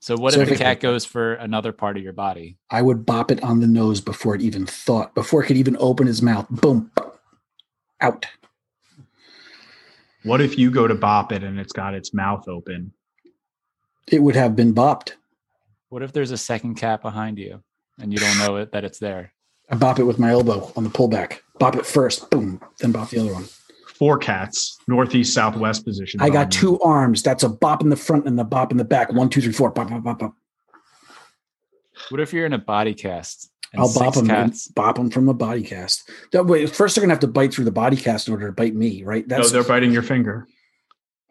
Speaker 1: So what
Speaker 3: So
Speaker 1: if
Speaker 3: if
Speaker 1: the
Speaker 3: it-
Speaker 1: cat goes for another part of your body?
Speaker 3: I would bop it on the nose before it even thought, before it could even open his mouth. Boom. Out.
Speaker 4: What if you go to bop it and it's got its mouth open?
Speaker 3: It would have been bopped.
Speaker 1: What if there's a second cat behind you and you don't know it that it's there?
Speaker 3: I bop it with my elbow on the pullback. Bop it first. Boom. Then bop the other one.
Speaker 4: Four cats, northeast, southwest position.
Speaker 3: I got two arms. That's a bop in the front and a bop in the back. One, two, three, four. Bop, bop, bop, bop.
Speaker 1: What if you're in a body cast and
Speaker 3: I'll
Speaker 1: six
Speaker 3: bop him. man.
Speaker 1: cats?
Speaker 3: Bop him from the body cast. That way, first they're gonna have to bite through the body cast in order to bite me, right?
Speaker 4: No,
Speaker 3: That's
Speaker 4: Oh, they're biting your finger.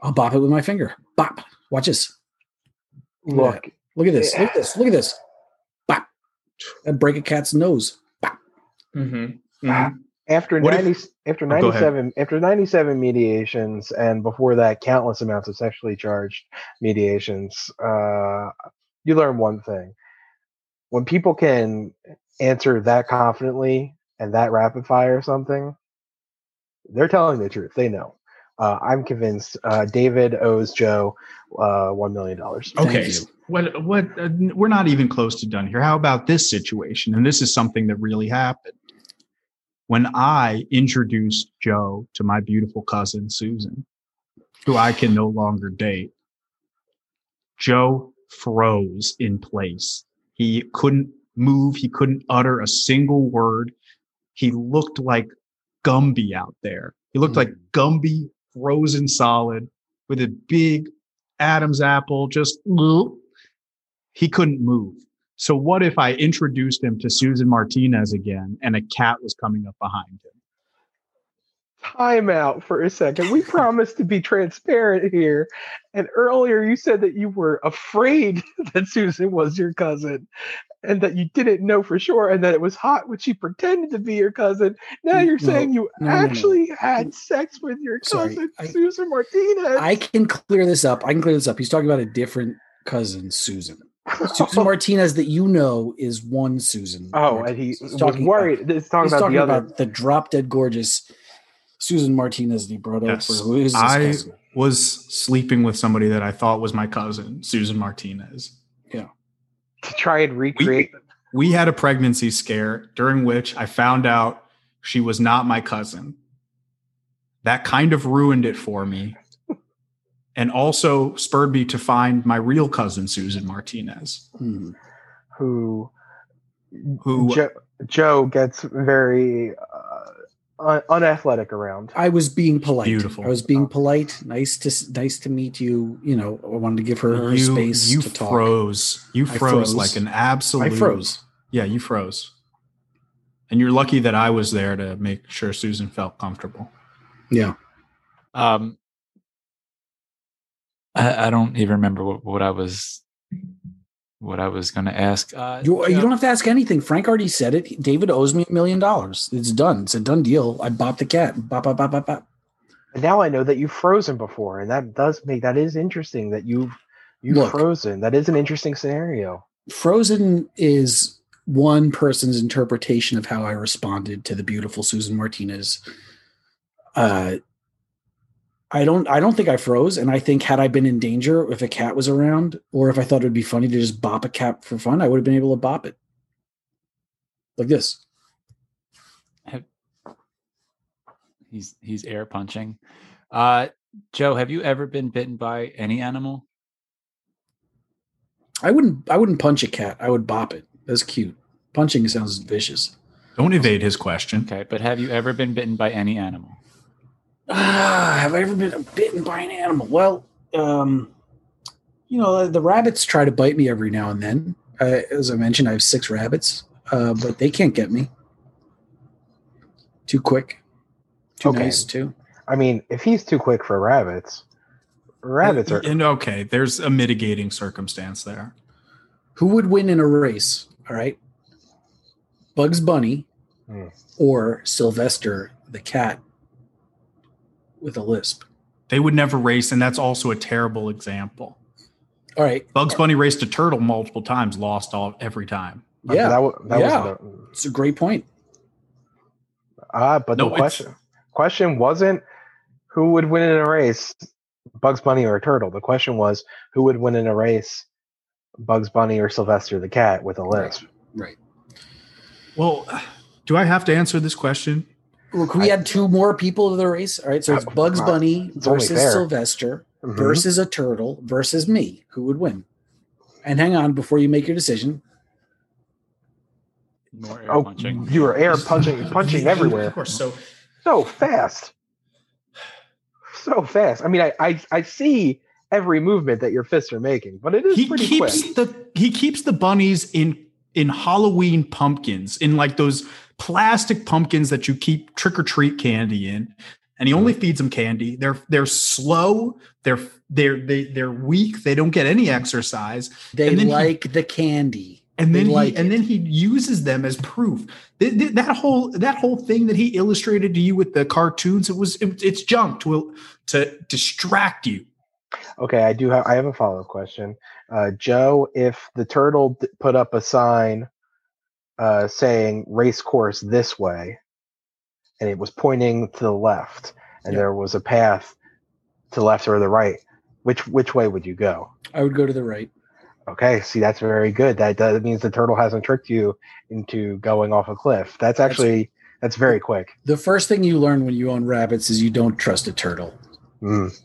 Speaker 3: I'll bop it with my finger. Bop. Watch this.
Speaker 2: Look,
Speaker 3: Look at this. Look at this. Look at this. Bop. And break a cat's nose.
Speaker 4: Mm-hmm.
Speaker 2: after
Speaker 4: What if-
Speaker 2: ninety after
Speaker 4: go ahead.
Speaker 2: ninety seven after ninety seven mediations and before that countless amounts of sexually charged mediations, uh, you learn one thing: when people can answer that confidently and that rapid fire or something, they're telling the truth. They know. Uh, I'm convinced uh, David owes Joe uh, one million dollars.
Speaker 3: Thank
Speaker 4: Okay.
Speaker 3: you.
Speaker 4: so What? What? Uh, n- we're not even close to done here. How about this situation? And this is something that really happened. When I introduced Joe to my beautiful cousin Susan, who I can no longer date, Joe froze in place. He couldn't move. He couldn't utter a single word. He looked like Gumby out there. He looked like Gumby frozen solid with a big Adam's apple, just he couldn't move. So what if I introduced him to Susan Martinez again and a cat was coming up behind him?
Speaker 2: time out for a second. We promised to be transparent here. And earlier you said that you were afraid <laughs> that Susan was your cousin and that you didn't know for sure and that it was hot when she pretended to be your cousin. Now you're
Speaker 3: No,
Speaker 2: saying you
Speaker 3: no, no, no.
Speaker 2: actually had sex with your
Speaker 3: Sorry,
Speaker 2: cousin,
Speaker 3: I-
Speaker 2: Susan Martinez.
Speaker 3: I can clear this up. I can clear this up. He's talking about a different cousin, Susan.
Speaker 2: <laughs>
Speaker 3: Susan Martinez that you know is one Susan.
Speaker 2: oh, and
Speaker 3: Martinez.
Speaker 2: he
Speaker 3: He's
Speaker 2: was
Speaker 3: talking about-
Speaker 2: worried. He's talking
Speaker 3: he's
Speaker 2: about
Speaker 3: talking
Speaker 2: the
Speaker 3: about
Speaker 2: other.
Speaker 3: the drop dead gorgeous Susan Martinez that he brought
Speaker 4: Yes.
Speaker 3: over. Who is this
Speaker 4: I-
Speaker 3: cousin?
Speaker 4: Was sleeping with somebody that I thought was my cousin, Susan Martinez.
Speaker 2: to try and recreate.
Speaker 4: We had a pregnancy scare during which I found out she was not my cousin. That kind of ruined it for me. And also spurred me to find my real cousin, Susan Martinez,
Speaker 3: Hmm.
Speaker 2: who
Speaker 4: who
Speaker 2: Joe, Joe gets very uh, un- unathletic around.
Speaker 3: I was being polite.
Speaker 4: Beautiful.
Speaker 3: I was being polite. Nice to nice to meet you. You know, I wanted to give her her
Speaker 4: you,
Speaker 3: space
Speaker 4: you
Speaker 3: to talk.
Speaker 4: froze. You
Speaker 3: I
Speaker 4: froze,
Speaker 3: froze.
Speaker 4: like an absolute.
Speaker 3: I froze.
Speaker 4: Yeah, you froze. And you're lucky that I was there to make sure Susan felt comfortable.
Speaker 3: Yeah.
Speaker 1: Um, I, I don't even remember what, what I was what I was going to ask. Uh,
Speaker 3: You, you
Speaker 1: Joe,
Speaker 3: don't have to ask anything. Frank already said it. David owes me a million dollars. It's done. It's a done deal. I bopped the cat. Bop, bop, bop, bop, bop.
Speaker 2: And now I know that you've frozen before, and that does make that is interesting that you've you've
Speaker 3: Look.
Speaker 2: frozen. That is an interesting scenario.
Speaker 3: Frozen is one person's interpretation of how I responded to the beautiful Susan Martinez. Uh, I don't. I don't think I froze, and I think had I been in danger, if a cat was around, or if I thought it would be funny to just bop a cat for fun, I would have been able to bop it like this.
Speaker 1: he's he's air punching. Uh, Joe, have you ever been bitten by any animal?
Speaker 3: I wouldn't. I wouldn't punch a cat. I would bop it. That's cute. Punching sounds vicious.
Speaker 4: Don't evade his question.
Speaker 1: Okay, but have you ever been bitten by any animal?
Speaker 3: Ah, have I ever been bitten by an animal? Well, um, you know, the rabbits try to bite me every now and then. I, as I mentioned, I have six rabbits, uh, but they can't get me. Too quick. Too
Speaker 2: Okay.
Speaker 3: nice. Too.
Speaker 2: I mean, if he's too quick for rabbits,
Speaker 3: Uh,
Speaker 2: rabbits are.
Speaker 4: And okay, there's a mitigating circumstance there.
Speaker 3: Who would win in a race? All right. Bugs Bunny
Speaker 2: Hmm.
Speaker 3: or Sylvester the cat with a lisp.
Speaker 4: They would never race, and that's also a terrible example.
Speaker 3: All right.
Speaker 4: Bugs Bunny raced a turtle multiple times, lost all every time.
Speaker 3: Yeah.
Speaker 2: that, wa- that
Speaker 3: yeah.
Speaker 2: was the,
Speaker 3: It's a great point.
Speaker 2: Ah, but
Speaker 4: No,
Speaker 2: the
Speaker 4: it's-
Speaker 2: question question wasn't who would win in a race, Bugs Bunny or a turtle. The question was who would win in a race, Bugs Bunny or Sylvester the cat with a lisp.
Speaker 3: Right.
Speaker 4: Well, do I have to answer this question?
Speaker 3: Look, we
Speaker 2: I-
Speaker 3: had two more people to the race. All right. So it's
Speaker 2: Uh,
Speaker 3: Bugs
Speaker 2: uh,
Speaker 3: Bunny
Speaker 2: it's only
Speaker 3: versus
Speaker 2: fair.
Speaker 3: Sylvester
Speaker 2: Mhm.
Speaker 3: versus a turtle versus me. Who would win? And hang on before you make your decision.
Speaker 1: More air
Speaker 2: Oh,
Speaker 1: punching.
Speaker 2: you were air punching, punching
Speaker 4: Of
Speaker 2: everywhere,
Speaker 4: course. So
Speaker 2: so fast, so fast. I mean, I, I I see every movement that your fists are making, but it is
Speaker 4: he
Speaker 2: pretty
Speaker 4: keeps
Speaker 2: quick.
Speaker 4: the he keeps the bunnies in in Halloween pumpkins in like those plastic pumpkins that you keep trick or treat candy in, and he only feeds them candy. They're they're slow. They're they're they, they're weak. They don't get any exercise.
Speaker 3: They
Speaker 4: And then he-
Speaker 3: like the candy.
Speaker 4: And
Speaker 3: They
Speaker 4: then
Speaker 3: like
Speaker 4: he, and
Speaker 3: it.
Speaker 4: then he uses them as proof. Th- th- that whole that whole thing that he illustrated to you with the cartoons, it was it, it's junk to to distract you.
Speaker 2: Okay, I do have I have a follow up question, uh, Joe. If the turtle d- put up a sign uh, saying "race course this way," and it was pointing to the left, and
Speaker 4: Yeah.
Speaker 2: there was a path to the left or the right, which which way would you go?
Speaker 3: I would go to the right.
Speaker 2: Okay, see that's very good. That that means the turtle hasn't tricked you into going off a cliff. That's actually that's very quick.
Speaker 3: The first thing you learn when you own rabbits is you don't trust a turtle.
Speaker 2: Mm.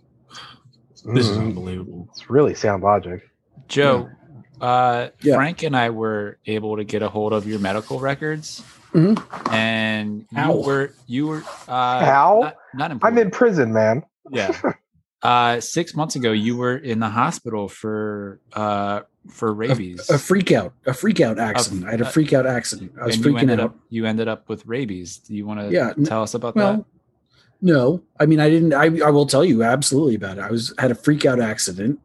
Speaker 4: This is
Speaker 3: Mm-hmm.
Speaker 2: Mm,
Speaker 4: unbelievable.
Speaker 2: it's really sound logic.
Speaker 1: Joe, uh,
Speaker 3: Yeah.
Speaker 1: Frank and I were able to get a hold of your medical records,
Speaker 3: Mhm.
Speaker 1: and you
Speaker 3: How?
Speaker 1: were you were uh,
Speaker 2: How?
Speaker 1: not, not
Speaker 2: I'm
Speaker 1: important.
Speaker 2: in prison, man.
Speaker 1: yeah. Uh, six months ago, you were in the hospital for uh, for rabies,
Speaker 3: A freak out, a freak out accident. I had a
Speaker 1: uh,
Speaker 3: freak out accident. I was
Speaker 1: and you
Speaker 3: freaking
Speaker 1: ended
Speaker 3: out.
Speaker 1: up you ended up with rabies. Do you want to
Speaker 3: yeah. n-
Speaker 1: tell us about
Speaker 3: Well, no. I mean, I didn't. I, I will tell you absolutely about it. I was had a freak out accident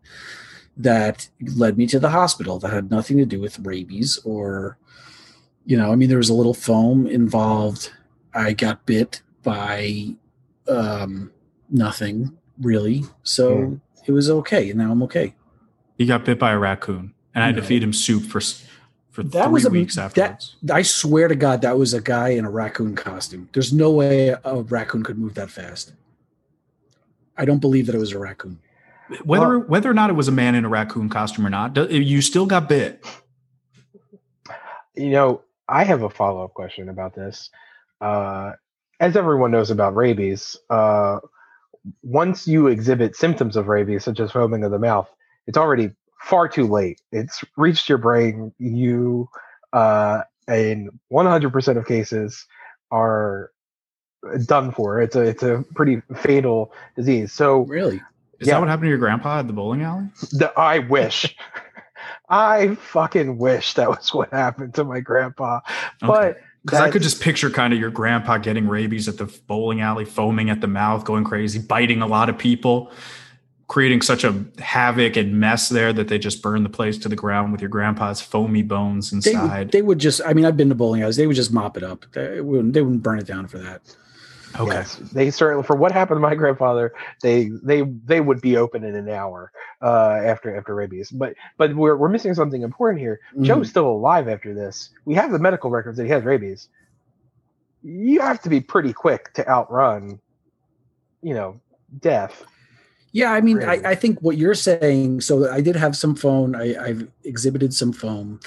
Speaker 3: that led me to the hospital that had nothing to do with rabies or, you know, I mean, there was a little foam involved. I got bit by um, nothing really. So
Speaker 2: Hmm.
Speaker 3: it was okay. And now I'm okay.
Speaker 4: He got bit by a raccoon, and I had to
Speaker 3: No.
Speaker 4: feed him soup for s- for
Speaker 3: That
Speaker 4: three
Speaker 3: was a-
Speaker 4: weeks
Speaker 3: that-
Speaker 4: afterwards.
Speaker 3: I swear to God, that was a guy in a raccoon costume. There's no way a raccoon could move that fast. I don't believe that it was a raccoon.
Speaker 4: whether whether or not it was a man in a raccoon costume or not, do- you still got bit.
Speaker 2: you know, I have a follow up question about this. Uh, as everyone knows about rabies, uh, once you exhibit symptoms of rabies, such as foaming of the mouth, it's already far too late. It's reached your brain. You, uh, in 100% of cases, are done for. It's a it's a pretty fatal disease. So
Speaker 3: Really?
Speaker 4: Is
Speaker 2: Yeah.
Speaker 4: that what happened to your grandpa at the bowling alley?
Speaker 2: the, I wish. I fucking wish that was what happened to my grandpa. But
Speaker 4: Because I could
Speaker 2: that's-
Speaker 4: just picture kind of your grandpa getting rabies at the bowling alley, foaming at the mouth, going crazy, biting a lot of people, creating such a havoc and mess there that they just burn the place to the ground with your grandpa's foamy bones
Speaker 3: They,
Speaker 4: inside.
Speaker 3: they would just, I mean, I've been to bowling alleys. They would just mop it up. They wouldn't, they wouldn't burn it down for that.
Speaker 4: okay.
Speaker 2: Yes, they certainly for what happened to my grandfather, they they they would be open in an hour uh, after after rabies. But but we're we're missing something important here.
Speaker 4: Mm-hmm.
Speaker 2: Joe's still alive after this. We have the medical records that he has rabies. You have to be pretty quick to outrun, you know, death.
Speaker 3: Yeah, I mean,
Speaker 2: Really.
Speaker 3: I, I think what you're saying. So I did have some foam. I, I've exhibited some foam,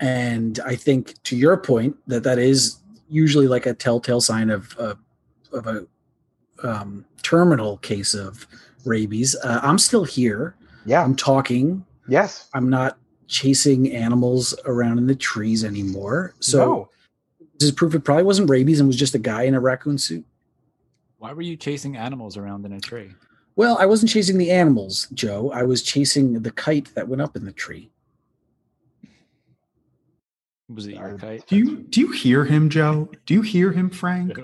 Speaker 3: and I think to your point that that is usually like a telltale sign of uh, of a um, terminal case of rabies. Uh, I'm still here.
Speaker 2: Yeah.
Speaker 3: I'm talking.
Speaker 4: Mm-hmm.
Speaker 2: Yes.
Speaker 3: I'm not chasing animals around in the trees anymore. So
Speaker 2: no.
Speaker 3: this is proof it probably wasn't rabies and was just a guy in a raccoon suit.
Speaker 1: Why were you chasing animals around in a tree?
Speaker 3: Well, I wasn't chasing the animals, Joe. I was chasing the kite that went up in the tree.
Speaker 1: Was it your
Speaker 2: Uh,
Speaker 1: kite?
Speaker 3: Uh,
Speaker 4: Do you do you hear him, Joe? Do you hear him, Frank?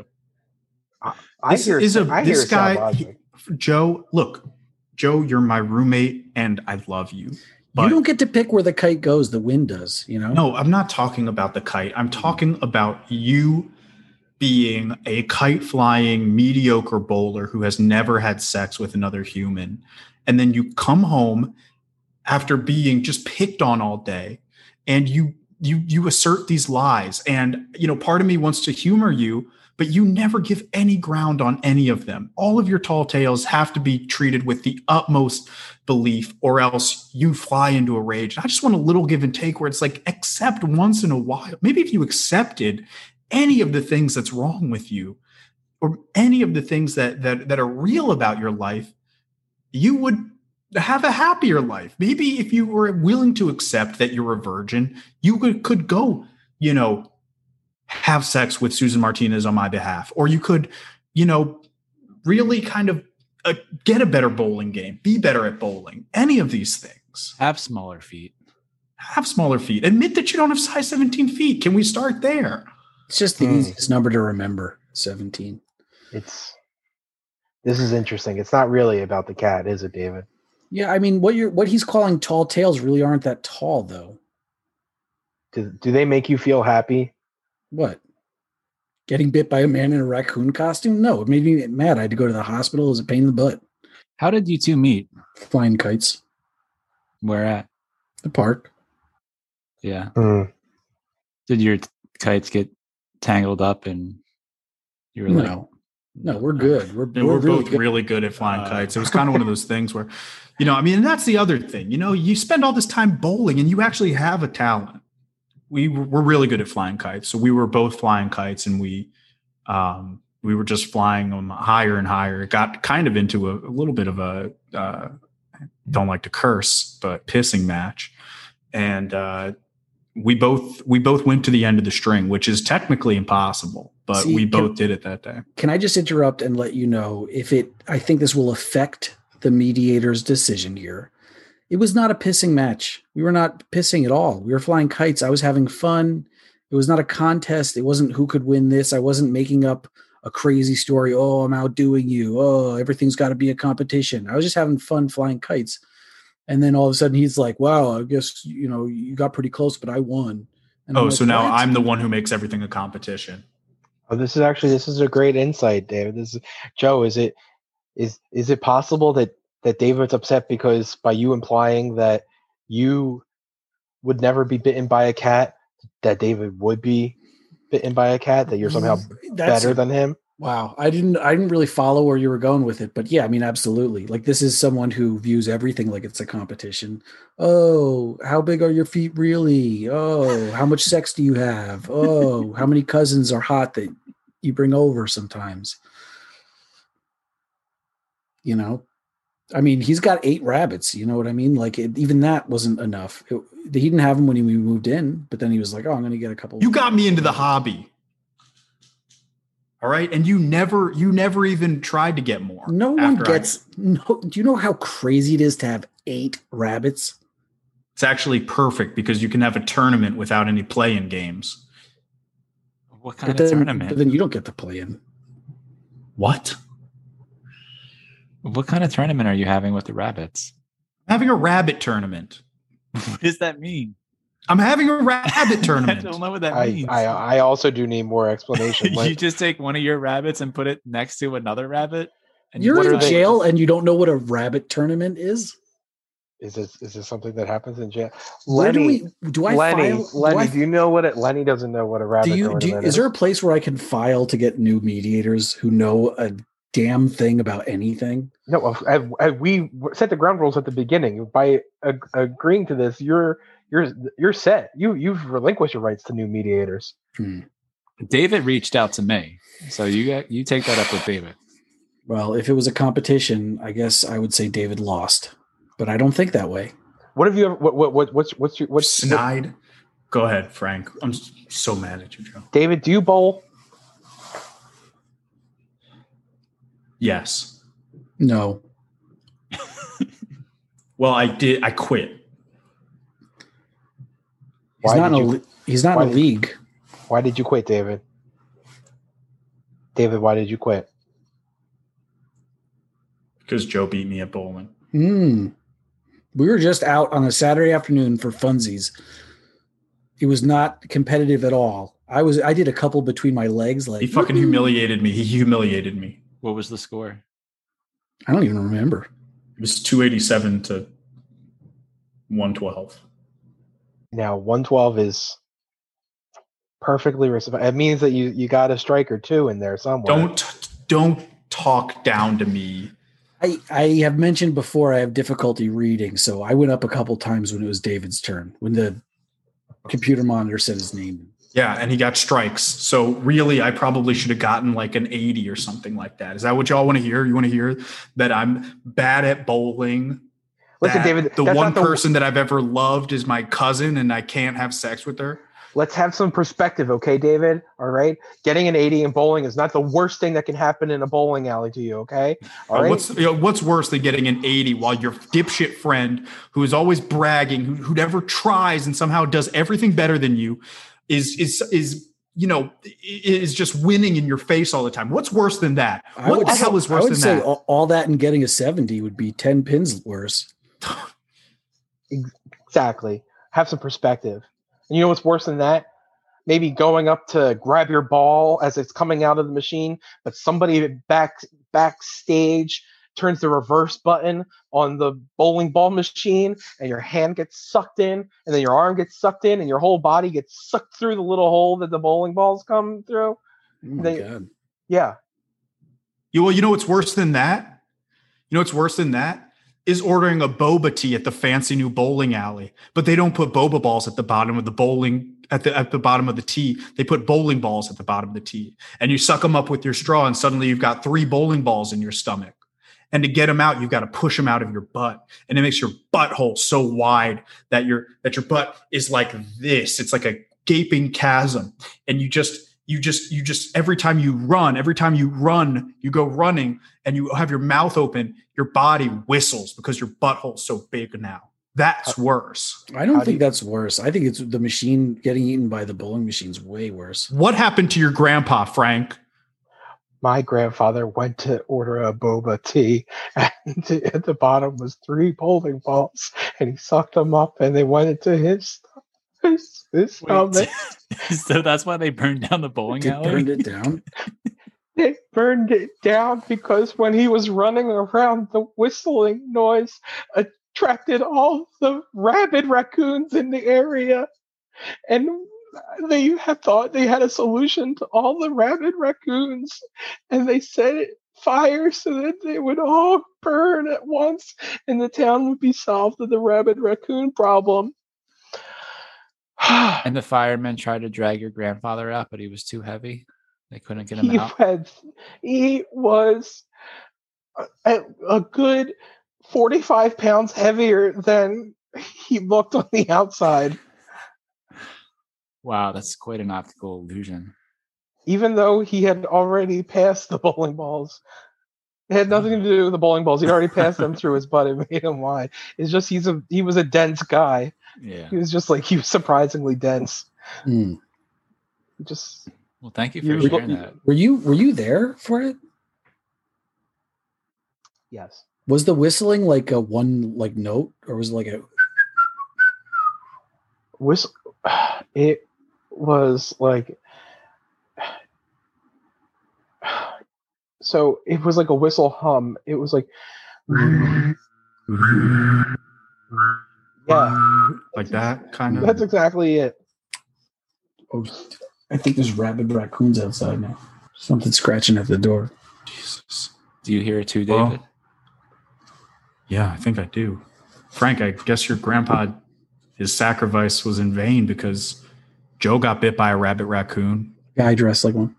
Speaker 2: I
Speaker 4: This
Speaker 2: hear
Speaker 4: is a-
Speaker 2: I
Speaker 4: this
Speaker 2: hear sound
Speaker 4: guy-
Speaker 2: logic.
Speaker 4: Joe, look, Joe, you're my roommate and I love you. But
Speaker 3: you don't get to pick where the kite goes. The wind does. You know.
Speaker 4: no, I'm not talking about the kite. I'm talking about you being a kite flying mediocre bowler who has never had sex with another human. And then you come home after being just picked on all day and you you you assert these lies and you know part of me wants to humor you but you never give any ground on any of them all of your tall tales have to be treated with the utmost belief or else you fly into a rage i just want a little give and take where it's like accept once in a while maybe if you accepted any of the things that's wrong with you or any of the things that that that are real about your life you would have a happier life maybe if you were willing to accept that you're a virgin you could, could go you know have sex with susan martinez on my behalf or you could you know really kind of uh, get a better bowling game be better at bowling any of these things
Speaker 1: Have smaller feet.
Speaker 4: have smaller feet admit that you don't have size 17 feet can we start there
Speaker 3: It's just the
Speaker 2: Hmm.
Speaker 3: easiest number to remember. Seventeen.
Speaker 2: It's this is interesting. It's not really about the cat, is it, David?
Speaker 3: Yeah, I mean, what you're what he's calling tall tales really aren't that tall, though.
Speaker 2: Do, do they make you feel happy?
Speaker 3: What? Getting bit by a man in a raccoon costume? No, it made me mad. I had to go to the hospital. It was a pain in the butt.
Speaker 1: How did you two meet?
Speaker 3: Flying kites,
Speaker 1: Where at?
Speaker 3: the park.
Speaker 1: Yeah.
Speaker 2: Hmm.
Speaker 1: Did your t- kites get tangled up and you were like,
Speaker 3: No, no, we're good. We're,
Speaker 4: And
Speaker 3: we're
Speaker 4: we're,
Speaker 3: really
Speaker 4: both
Speaker 3: good.
Speaker 4: really good at flying
Speaker 1: Uh,
Speaker 4: kites. It was kind of one of those things where, you know, I mean, and that's the other thing. You know, you spend all this time bowling and you actually have a talent. We were- we're really good at flying kites. So we were both flying kites and we um we were just flying them higher and higher. It got kind of into a, a little bit of a uh don't like to curse, but pissing match. And uh we both we both went to the end of the string, which is technically impossible, but
Speaker 3: See,
Speaker 4: we
Speaker 3: can-
Speaker 4: both did it that day.
Speaker 3: Can I just interrupt and let you know if it? I think this will affect the mediator's decision here. It was not a pissing match. We were not pissing at all. We were flying kites. I was having fun. It was not a contest. It wasn't who could win this. I wasn't making up a crazy story. Oh, I'm outdoing you. Oh, everything's got to be a competition. I was just having fun flying kites. And then all of a sudden he's like, wow, I guess, you know, you got pretty close, but I won. And
Speaker 4: oh,
Speaker 3: I'm like,
Speaker 4: so now
Speaker 3: "What?"
Speaker 4: I'm the one who makes everything a competition.
Speaker 2: Oh, this is actually this is a great insight, David. This is Joe. Is it is is it possible that that David's upset because by you implying that you would never be bitten by a cat, that David would be bitten by a cat, that you're somehow
Speaker 3: Mm, That's-
Speaker 2: better than him?
Speaker 3: Wow, I didn't I didn't really follow where you were going with it, but yeah, I mean absolutely. Like this is someone who views everything like it's a competition. Oh, how big are your feet really? Oh, how much sex do you have? Oh, how many cousins are hot that you bring over sometimes? You know? I mean, he's got eight rabbits, you know what I mean? Like it, even that wasn't enough. It- he didn't have them when he moved in, but then he was like, "Oh, I'm going to get a couple
Speaker 4: You got me into the hobby. All right. And you never, you never even tried to get more.
Speaker 3: No one
Speaker 4: after I-
Speaker 3: gets no. Do you know how crazy it is to have eight rabbits?
Speaker 4: it's actually perfect because you can have a tournament without any play in games.
Speaker 1: what kind
Speaker 3: but
Speaker 1: of
Speaker 3: then, But
Speaker 1: tournament?
Speaker 3: then you don't get to play in.
Speaker 4: What?
Speaker 1: what kind of tournament are you having with the rabbits? <laughs>
Speaker 4: I'm having a rabbit tournament.
Speaker 1: what does that mean? <laughs>
Speaker 4: I'm having a
Speaker 3: <laughs>
Speaker 4: rabbit
Speaker 1: I don't
Speaker 4: tournament.
Speaker 1: know what that
Speaker 2: I,
Speaker 1: means. <laughs>
Speaker 2: I I also do need more explanation.
Speaker 1: you just take one of your rabbits and put it next to another rabbit. And
Speaker 3: You're
Speaker 2: what are
Speaker 3: in
Speaker 2: they-
Speaker 3: jail and you don't know what a rabbit tournament is.
Speaker 2: is this is this something that happens in jail?
Speaker 3: Where do
Speaker 2: Lenny-
Speaker 3: we? Do I
Speaker 2: Lenny,
Speaker 3: file?
Speaker 2: Lenny, do,
Speaker 3: do,
Speaker 2: you know what it? Lenny doesn't know what a
Speaker 3: I,
Speaker 2: rabbit
Speaker 3: do you?
Speaker 2: tournament
Speaker 3: Do you- is there a place where I can file to get new mediators who know a damn thing about anything?
Speaker 2: No, of- I, I, we set the ground rules at the beginning. By ag- agreeing to this, you're you're you're set. You you've relinquished your rights to new mediators.
Speaker 1: <laughs> David reached out to me, so you got, you take that up with David.
Speaker 3: Well, if it was a competition, I guess I would say David lost, but I don't think that way.
Speaker 2: What have you ever? What what, what what's what's your
Speaker 4: What
Speaker 2: what's what,
Speaker 4: snide? Go ahead, Frank. I'm s- so mad at you, Joe.
Speaker 2: David? Do you bowl?
Speaker 4: Yes.
Speaker 3: No,
Speaker 4: Well, I did. I quit.
Speaker 3: he's
Speaker 2: Why
Speaker 3: not in
Speaker 2: did
Speaker 3: a.
Speaker 2: you-
Speaker 3: li- He's not
Speaker 2: why
Speaker 3: in a
Speaker 2: did you-
Speaker 3: league.
Speaker 2: Why did you quit, David? David, why did you quit?
Speaker 4: because Joe beat me at bowling.
Speaker 3: Hmm. We were just out on a Saturday afternoon for funsies. It was not competitive at all. I was I did a couple between my legs, like
Speaker 4: He fucking
Speaker 3: woo-hoo.
Speaker 4: humiliated me. He humiliated me.
Speaker 1: What was the score?
Speaker 3: I don't even remember.
Speaker 4: It was 287 to 112.
Speaker 2: Now, 112 is perfectly respectable. It means that you, you got a strike or two in there somewhere.
Speaker 4: Don't don't talk down to me.
Speaker 3: I, I have mentioned before I have difficulty reading, so I went up a couple times when it was David's turn, when the computer monitor said his name.
Speaker 4: Yeah, and he got strikes. So really, I probably should have gotten like an 80 or something like that. Is that what y'all want to hear? You want to hear that I'm bad at bowling?
Speaker 2: Listen,
Speaker 4: that
Speaker 2: David,
Speaker 4: the
Speaker 2: that's not
Speaker 4: one
Speaker 2: the-
Speaker 4: person that I've ever loved is my cousin, and I can't have sex with her.
Speaker 2: Let's have some perspective, okay, David? All right. Getting an 80 in bowling is not the worst thing that can happen in a bowling alley to you, okay? All
Speaker 4: Uh,
Speaker 2: right.
Speaker 4: What's you know, what's worse than getting an 80 while your dipshit friend who is always bragging, who, who never tries and somehow does everything better than you, is is is you know i- is just winning in your face all the time. What's worse than that?
Speaker 3: I
Speaker 4: What
Speaker 3: would
Speaker 4: the
Speaker 3: say-
Speaker 4: hell is
Speaker 3: I
Speaker 4: worse
Speaker 3: would
Speaker 4: than
Speaker 3: say
Speaker 4: that?
Speaker 3: all, all that and getting a 70 would be 10 pins worse.
Speaker 2: exactly. Have some perspective. And you know what's worse than that? Maybe going up to grab your ball as it's coming out of the machine, but somebody back backstage turns the reverse button on the bowling ball machine and your hand gets sucked in and then your arm gets sucked in and your whole body gets sucked through the little hole that the bowling balls come through.
Speaker 3: Oh my
Speaker 2: They-
Speaker 3: god.
Speaker 2: Yeah.
Speaker 4: You, well, you know what's worse than that? You know what's worse than that? Is ordering a boba tea at the fancy new bowling alley, but they don't put boba balls at the bottom of the bowling at the at the bottom of the tee. They put bowling balls at the bottom of the tee, and you suck them up with your straw, and suddenly you've got three bowling balls in your stomach. And to get them out, you've got to push them out of your butt, and it makes your butthole so wide that your that your butt is like this. It's like a gaping chasm and you just you just you just every time you run every time you run you go running and you have your mouth open your body whistles because your butthole's so big now that's worse
Speaker 3: I don't
Speaker 2: How do
Speaker 3: think
Speaker 2: you-
Speaker 3: that's worse. I think it's the machine getting eaten by the bowling machine's way worse.
Speaker 4: what happened to your grandpa frank
Speaker 2: my grandfather went to order a boba tea, <laughs> and at the bottom was three bowling balls, and he sucked them up, and they went into his his, his stomach.
Speaker 1: <laughs> so that's why they burned down the bowling
Speaker 3: Did Um, burned
Speaker 1: alley.
Speaker 3: it down.
Speaker 2: They burned it down because when he was running around, the whistling noise attracted all the rabid raccoons in the area, and they had thought they had a solution to all the rabid raccoons, and they set it fire so that they would all burn at once, and the town would be solved of the rabid raccoon problem. <sighs> Ah,
Speaker 1: And the firemen tried to drag your grandfather out, but he was too heavy. They couldn't get him
Speaker 2: he
Speaker 1: out.
Speaker 2: was he was a- a, a good 45 pounds heavier than he looked on the outside
Speaker 1: Wow, that's quite an optical illusion.
Speaker 2: even though he had already passed the bowling balls it had nothing to do with the bowling balls he'd already passed them through his butt it made him wide it's just he's a he was a dense guy
Speaker 1: Yeah.
Speaker 2: he was just like he was surprisingly dense
Speaker 3: <laughs> Hmm.
Speaker 2: He just
Speaker 1: Well, thank you
Speaker 2: You
Speaker 1: for
Speaker 2: were-
Speaker 1: sharing that.
Speaker 3: Were you were you there for it?
Speaker 2: yes
Speaker 3: Was the whistling like a one like note or was it like a
Speaker 2: Whis it was like so it was like a whistle hum it was
Speaker 6: <laughs>
Speaker 2: like yeah
Speaker 4: like that kind of
Speaker 2: that's exactly it
Speaker 3: Oh, I think there's rabid raccoons outside now. Something scratching at the door.
Speaker 4: jesus
Speaker 1: Do you hear it too,
Speaker 4: Well,
Speaker 1: David?
Speaker 4: yeah i think i do frank i guess your grandpa his sacrifice was in vain because joe got bit by a rabbit raccoon
Speaker 3: Guy dressed like one.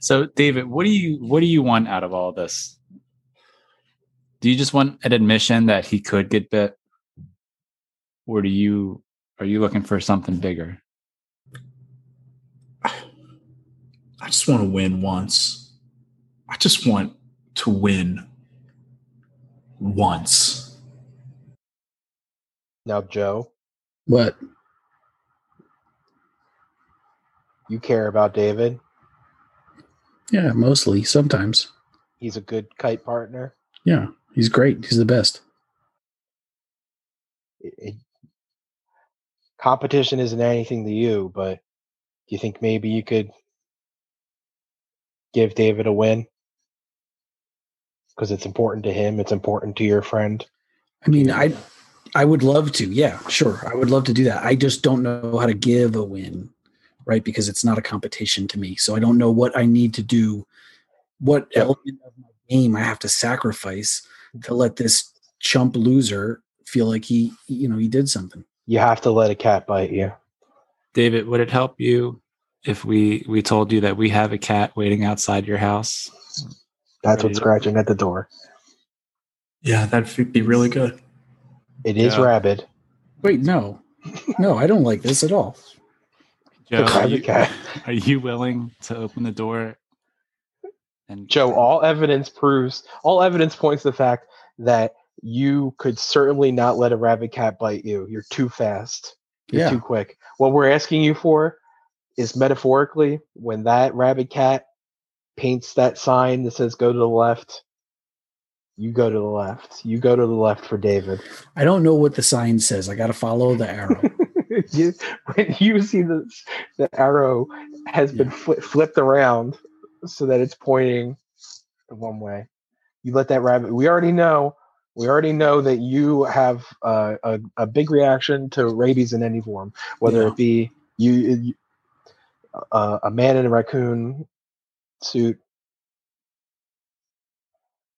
Speaker 1: So, David, what do you what do you want out of all this? Do you just want an admission that he could get bit, or do you are you looking for something bigger?
Speaker 4: I just want to win once. I just want to win once.
Speaker 2: now joe
Speaker 3: What?
Speaker 2: you care about david
Speaker 3: Yeah, mostly. Sometimes.
Speaker 6: He's a good kite partner.
Speaker 3: Yeah, he's great. He's the best.
Speaker 6: It, it, competition isn't anything to you, but do you think maybe you could give David a win? Because it's important to him. It's important to your friend.
Speaker 3: I mean, I I would love to. Yeah, sure. I would love to do that. I just don't know how to give a win, right? Because it's not a competition to me. So I don't know what I need to do, what
Speaker 6: Yep.
Speaker 3: element of my game I have to sacrifice to let this chump loser feel like he, you know, he did something.
Speaker 6: You have to let a cat bite you.
Speaker 1: David, would it help you if we we told you that we have a cat waiting outside your house?
Speaker 6: That's what's
Speaker 1: Right.
Speaker 6: scratching at the door.
Speaker 4: Yeah, that'd be really good.
Speaker 6: It is
Speaker 1: Yeah.
Speaker 6: rabid.
Speaker 3: Wait, no. No, I don't like this at all.
Speaker 1: Joe,
Speaker 6: the
Speaker 1: are
Speaker 6: rabid
Speaker 1: you,
Speaker 6: cat.
Speaker 1: are you willing to open the door? And
Speaker 6: Joe, all evidence proves, all evidence points to the fact that you could certainly not let a rabid cat bite you. You're too fast. You're
Speaker 3: Yeah.
Speaker 6: too quick. What we're asking you for is metaphorically when that rabid cat paints that sign that says go to the left, you go to the left. You go to the left for David.
Speaker 3: I don't know what the sign says. I got to follow the arrow.
Speaker 6: <laughs> you, when you see the, the arrow has been fli flipped around so that it's pointing one way you let that rabbit we already know we already know that you have uh, a, a big reaction to rabies in any form whether
Speaker 3: Yeah.
Speaker 6: it be you, you uh, a man in a raccoon suit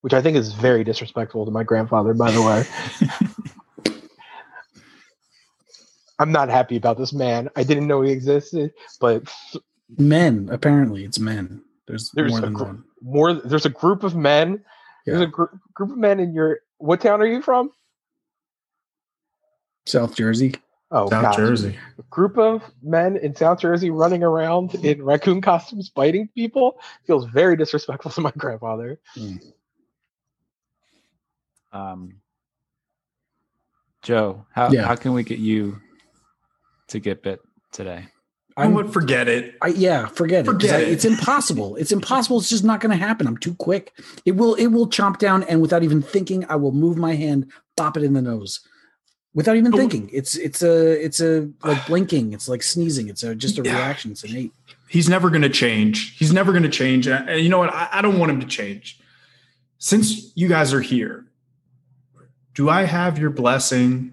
Speaker 6: which i think is very disrespectful to my grandfather by the way
Speaker 4: <laughs>
Speaker 6: i'm not happy about this man i didn't know he existed but
Speaker 3: men, apparently, it's men. There's,
Speaker 6: There's
Speaker 3: more
Speaker 6: a
Speaker 3: than
Speaker 6: gr-
Speaker 3: one.
Speaker 6: more there's a group of men there's
Speaker 3: Yeah.
Speaker 6: a gr- group of men in your what town are you from
Speaker 3: South Jersey.
Speaker 6: oh
Speaker 4: South
Speaker 6: God.
Speaker 4: Jersey.
Speaker 6: a group of men in south jersey running around in raccoon costumes biting people feels very disrespectful to my grandfather
Speaker 1: um, Joe, how
Speaker 3: Yeah.
Speaker 1: how can we get you to get bit <laughs> today?
Speaker 4: I
Speaker 3: I'm-
Speaker 4: would forget it.
Speaker 3: I, yeah, forget it. 'cause
Speaker 4: Forget
Speaker 3: I-
Speaker 4: it.
Speaker 3: It's impossible. It's impossible. It's just not going to happen. I'm too quick. It will. It will chomp down, and without even thinking, I will move my hand, bop it in the nose, without even
Speaker 4: But w-
Speaker 3: thinking. It's it's a it's a
Speaker 4: <sighs>
Speaker 3: like blinking. It's like sneezing. It's a, just a
Speaker 4: Yeah.
Speaker 3: reaction. It's innate.
Speaker 4: He's never going to change. He's never going to change. And and you know what? I, I don't want him to change. Since you guys are here, do I have your blessing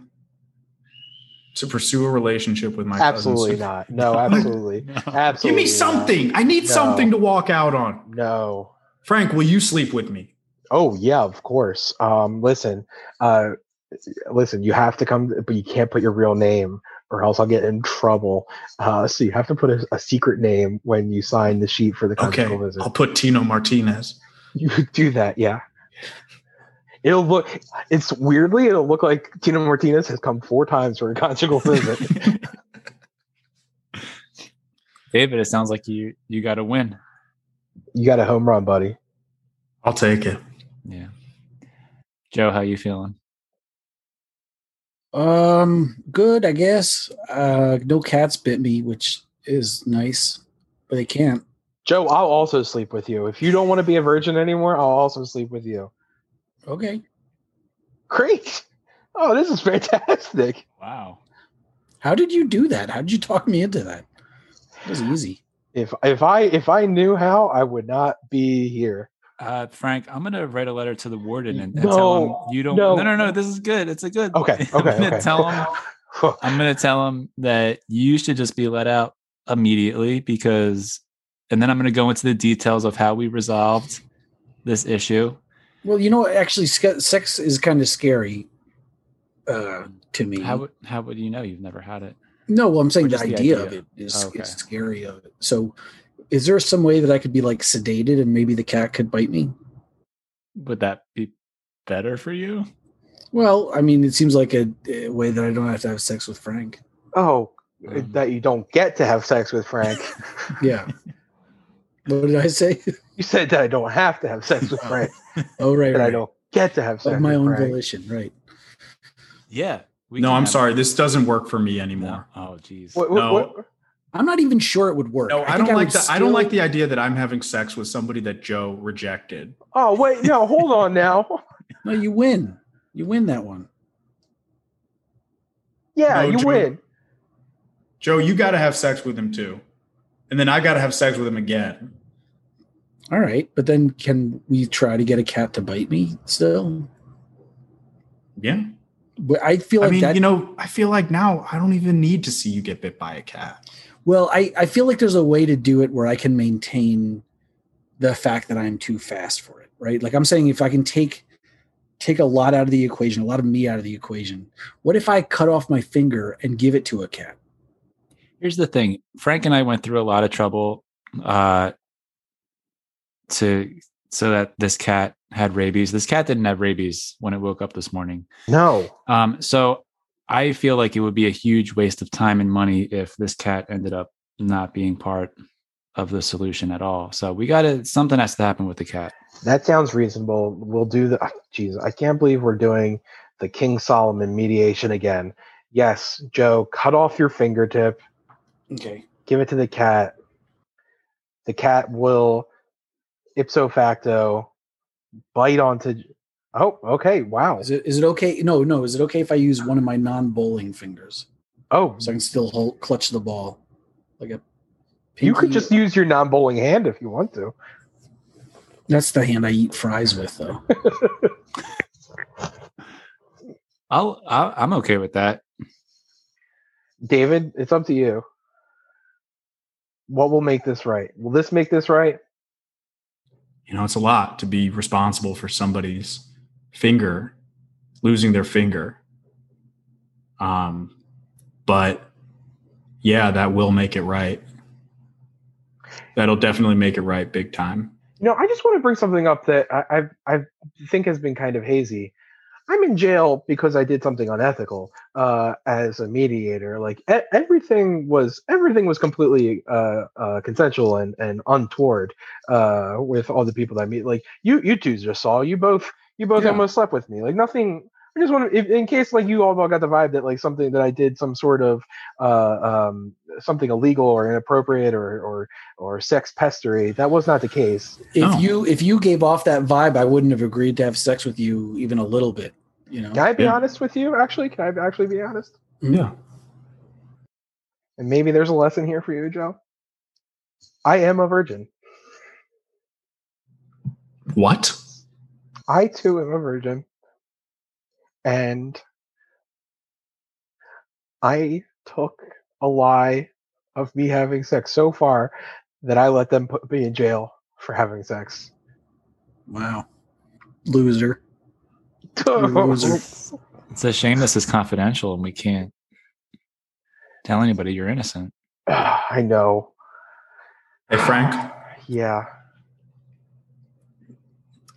Speaker 4: to pursue a relationship with my <laughs>
Speaker 6: absolutely
Speaker 4: cousins?
Speaker 6: not no absolutely
Speaker 4: Give
Speaker 6: absolutely
Speaker 4: me
Speaker 6: not.
Speaker 4: something. I need
Speaker 6: No.
Speaker 4: something to walk out on.
Speaker 6: no
Speaker 4: Frank, will you sleep with me?
Speaker 6: oh yeah of course um listen uh listen you have to come but you can't put your real name or else i'll get in trouble uh so you have to put a, a secret name when you sign the sheet for the
Speaker 4: Okay,
Speaker 6: conjugal visit
Speaker 4: I'll put Tino Martinez.
Speaker 6: You could do that, yeah. It'll look. It's weirdly, it'll look like Tina Martinez has come four times for a conjugal
Speaker 4: <laughs>
Speaker 6: visit.
Speaker 1: David, it sounds like you you got to win.
Speaker 6: you got a home run, buddy.
Speaker 4: I'll take it.
Speaker 1: Yeah. Joe, how you feeling?
Speaker 3: Um, good, I guess. Uh, no cats bit me, which is nice, but they can't.
Speaker 6: Joe, I'll also sleep with you. If you don't want to be a virgin anymore, I'll also sleep with you.
Speaker 3: Okay.
Speaker 6: Great. Oh, this is fantastic.
Speaker 1: Wow.
Speaker 3: How did you do that? How did you talk me into that? It was easy.
Speaker 6: If if I if I knew how, I would not be here.
Speaker 1: Uh, Frank, I'm gonna write a letter to the warden and, and tell him
Speaker 6: No,
Speaker 1: you don't.
Speaker 6: no.
Speaker 1: No, no, no. This is good. It's a good.
Speaker 6: Okay,
Speaker 1: <laughs> I'm
Speaker 6: okay,
Speaker 1: gonna
Speaker 6: okay.
Speaker 1: tell
Speaker 6: <laughs>
Speaker 1: him. I'm gonna tell him that you should just be let out immediately because, and then I'm gonna go into the details of how we resolved this issue.
Speaker 3: Well, you know, what? actually, sca- sex is kind of scary uh, to me.
Speaker 1: How would how would you know? You've never had it.
Speaker 3: No, well, I'm saying
Speaker 1: Or
Speaker 3: the
Speaker 1: just
Speaker 3: idea,
Speaker 1: the
Speaker 3: of
Speaker 1: idea.
Speaker 3: it is,
Speaker 4: Oh,
Speaker 1: Okay.
Speaker 3: is scary. Of it. So, is there some way that I could be like sedated and maybe the cat could bite me?
Speaker 1: Would that be better for you?
Speaker 3: Well, I mean, it seems like a, a way that I don't have to have sex with Frank.
Speaker 6: oh,
Speaker 2: eh,
Speaker 3: Mm-hmm.
Speaker 1: Um,
Speaker 6: that you don't get to have sex
Speaker 3: <laughs>
Speaker 6: with Frank.
Speaker 3: Yeah.
Speaker 4: <laughs>
Speaker 3: what did I say?
Speaker 6: you said that I don't have to have sex with Frank.
Speaker 3: oh, right.
Speaker 6: That I
Speaker 3: right.
Speaker 6: don't get to have sex
Speaker 3: Of my
Speaker 6: with
Speaker 3: own
Speaker 6: Frank.
Speaker 3: volition, right?
Speaker 1: Yeah. We
Speaker 4: No,
Speaker 1: can
Speaker 4: I'm
Speaker 1: have-
Speaker 4: sorry. This doesn't work for me
Speaker 1: No.
Speaker 4: anymore.
Speaker 1: Oh, geez.
Speaker 6: What, what,
Speaker 4: No.
Speaker 6: what,
Speaker 3: I'm not even sure it would work.
Speaker 4: No, I,
Speaker 3: think
Speaker 4: don't
Speaker 3: would
Speaker 4: like the I don't
Speaker 3: still-
Speaker 4: like the idea that I'm having sex with somebody that Joe rejected.
Speaker 2: Oh wait, no, hold on now. <laughs>
Speaker 3: No, you win. You win that one.
Speaker 2: Yeah,
Speaker 4: No,
Speaker 2: you
Speaker 4: Joe.
Speaker 2: win.
Speaker 4: Joe, you got to have sex with him too, and then I got to have sex with him again.
Speaker 3: All right, but then can we try to get a cat to bite me still?
Speaker 4: Yeah,
Speaker 3: But I feel
Speaker 4: I
Speaker 3: like
Speaker 4: mean,
Speaker 3: that.
Speaker 4: you know, I feel like now I don't even need to see you get bit by a cat.
Speaker 3: well, I I feel like there's a way to do it where I can maintain the fact that I'm too fast for it, right? Like I'm saying, if I can take take a lot out of the equation, a lot of me out of the equation. What if I cut off my finger and give it to a cat?
Speaker 1: Here's the thing Frank and I went through a lot of trouble uh, to so that this cat had rabies. This cat didn't have rabies when it woke up this morning.
Speaker 2: No.
Speaker 1: Um, so I feel like it would be a huge waste of time and money if this cat ended up not being part of the solution at all. So we got to something has to happen with the cat.
Speaker 2: That sounds reasonable. We'll do the. Jeez, I can't believe we're doing the King Solomon mediation again. Yes, Joe, cut off your fingertip,
Speaker 3: Okay.
Speaker 2: give it to the cat. The cat will, ipso facto, bite onto. Oh, okay. Wow.
Speaker 3: Is it is it okay? No, no. Is it okay if I use one of my non bowling fingers
Speaker 2: Oh,
Speaker 3: so I can still hold, clutch the ball like a?
Speaker 2: you could
Speaker 3: pinky-
Speaker 2: just use your non bowling hand if you want to.
Speaker 3: That's the hand I eat fries with, though.
Speaker 1: I'll, I'll I'm okay with that.
Speaker 2: David, it's up to you. What will make this right? Will this make this right?
Speaker 4: You know, it's a lot to be responsible for somebody's finger losing their finger. Um, but yeah, that will make it right. That'll definitely make it right, big time.
Speaker 2: You know, I just want to bring something up that I, I've, I think has been kind of hazy. I'm in jail because I did something unethical uh, as a mediator. Like e- everything was everything was completely uh, uh, consensual and, and untoward uh, with all the people that I meet. Like you you two just saw you both you both
Speaker 3: Yeah.
Speaker 2: almost slept with me. Like nothing. I just want to, if, in case like you all got the vibe that like something that I did some sort of uh, <sighs> um, something illegal or inappropriate or or or sex pestery. That was not the case.
Speaker 3: If
Speaker 4: No.
Speaker 3: you if you gave off that vibe, I wouldn't have agreed to have sex with you even a little bit. You know.
Speaker 2: Can I be
Speaker 4: Yeah.
Speaker 2: honest with you? Actually, can I actually be honest?
Speaker 4: Yeah.
Speaker 2: And maybe there's a lesson here for you, Joe. I am a virgin.
Speaker 4: What?
Speaker 2: I too am a virgin, and I took a lie of me having sex so far that I let them put me in jail for having sex.
Speaker 3: Wow. Loser.
Speaker 1: Oh.
Speaker 3: loser.
Speaker 1: It's a shame this is confidential and we can't tell anybody you're innocent.
Speaker 2: I know.
Speaker 4: Hey, Frank,
Speaker 2: Yeah.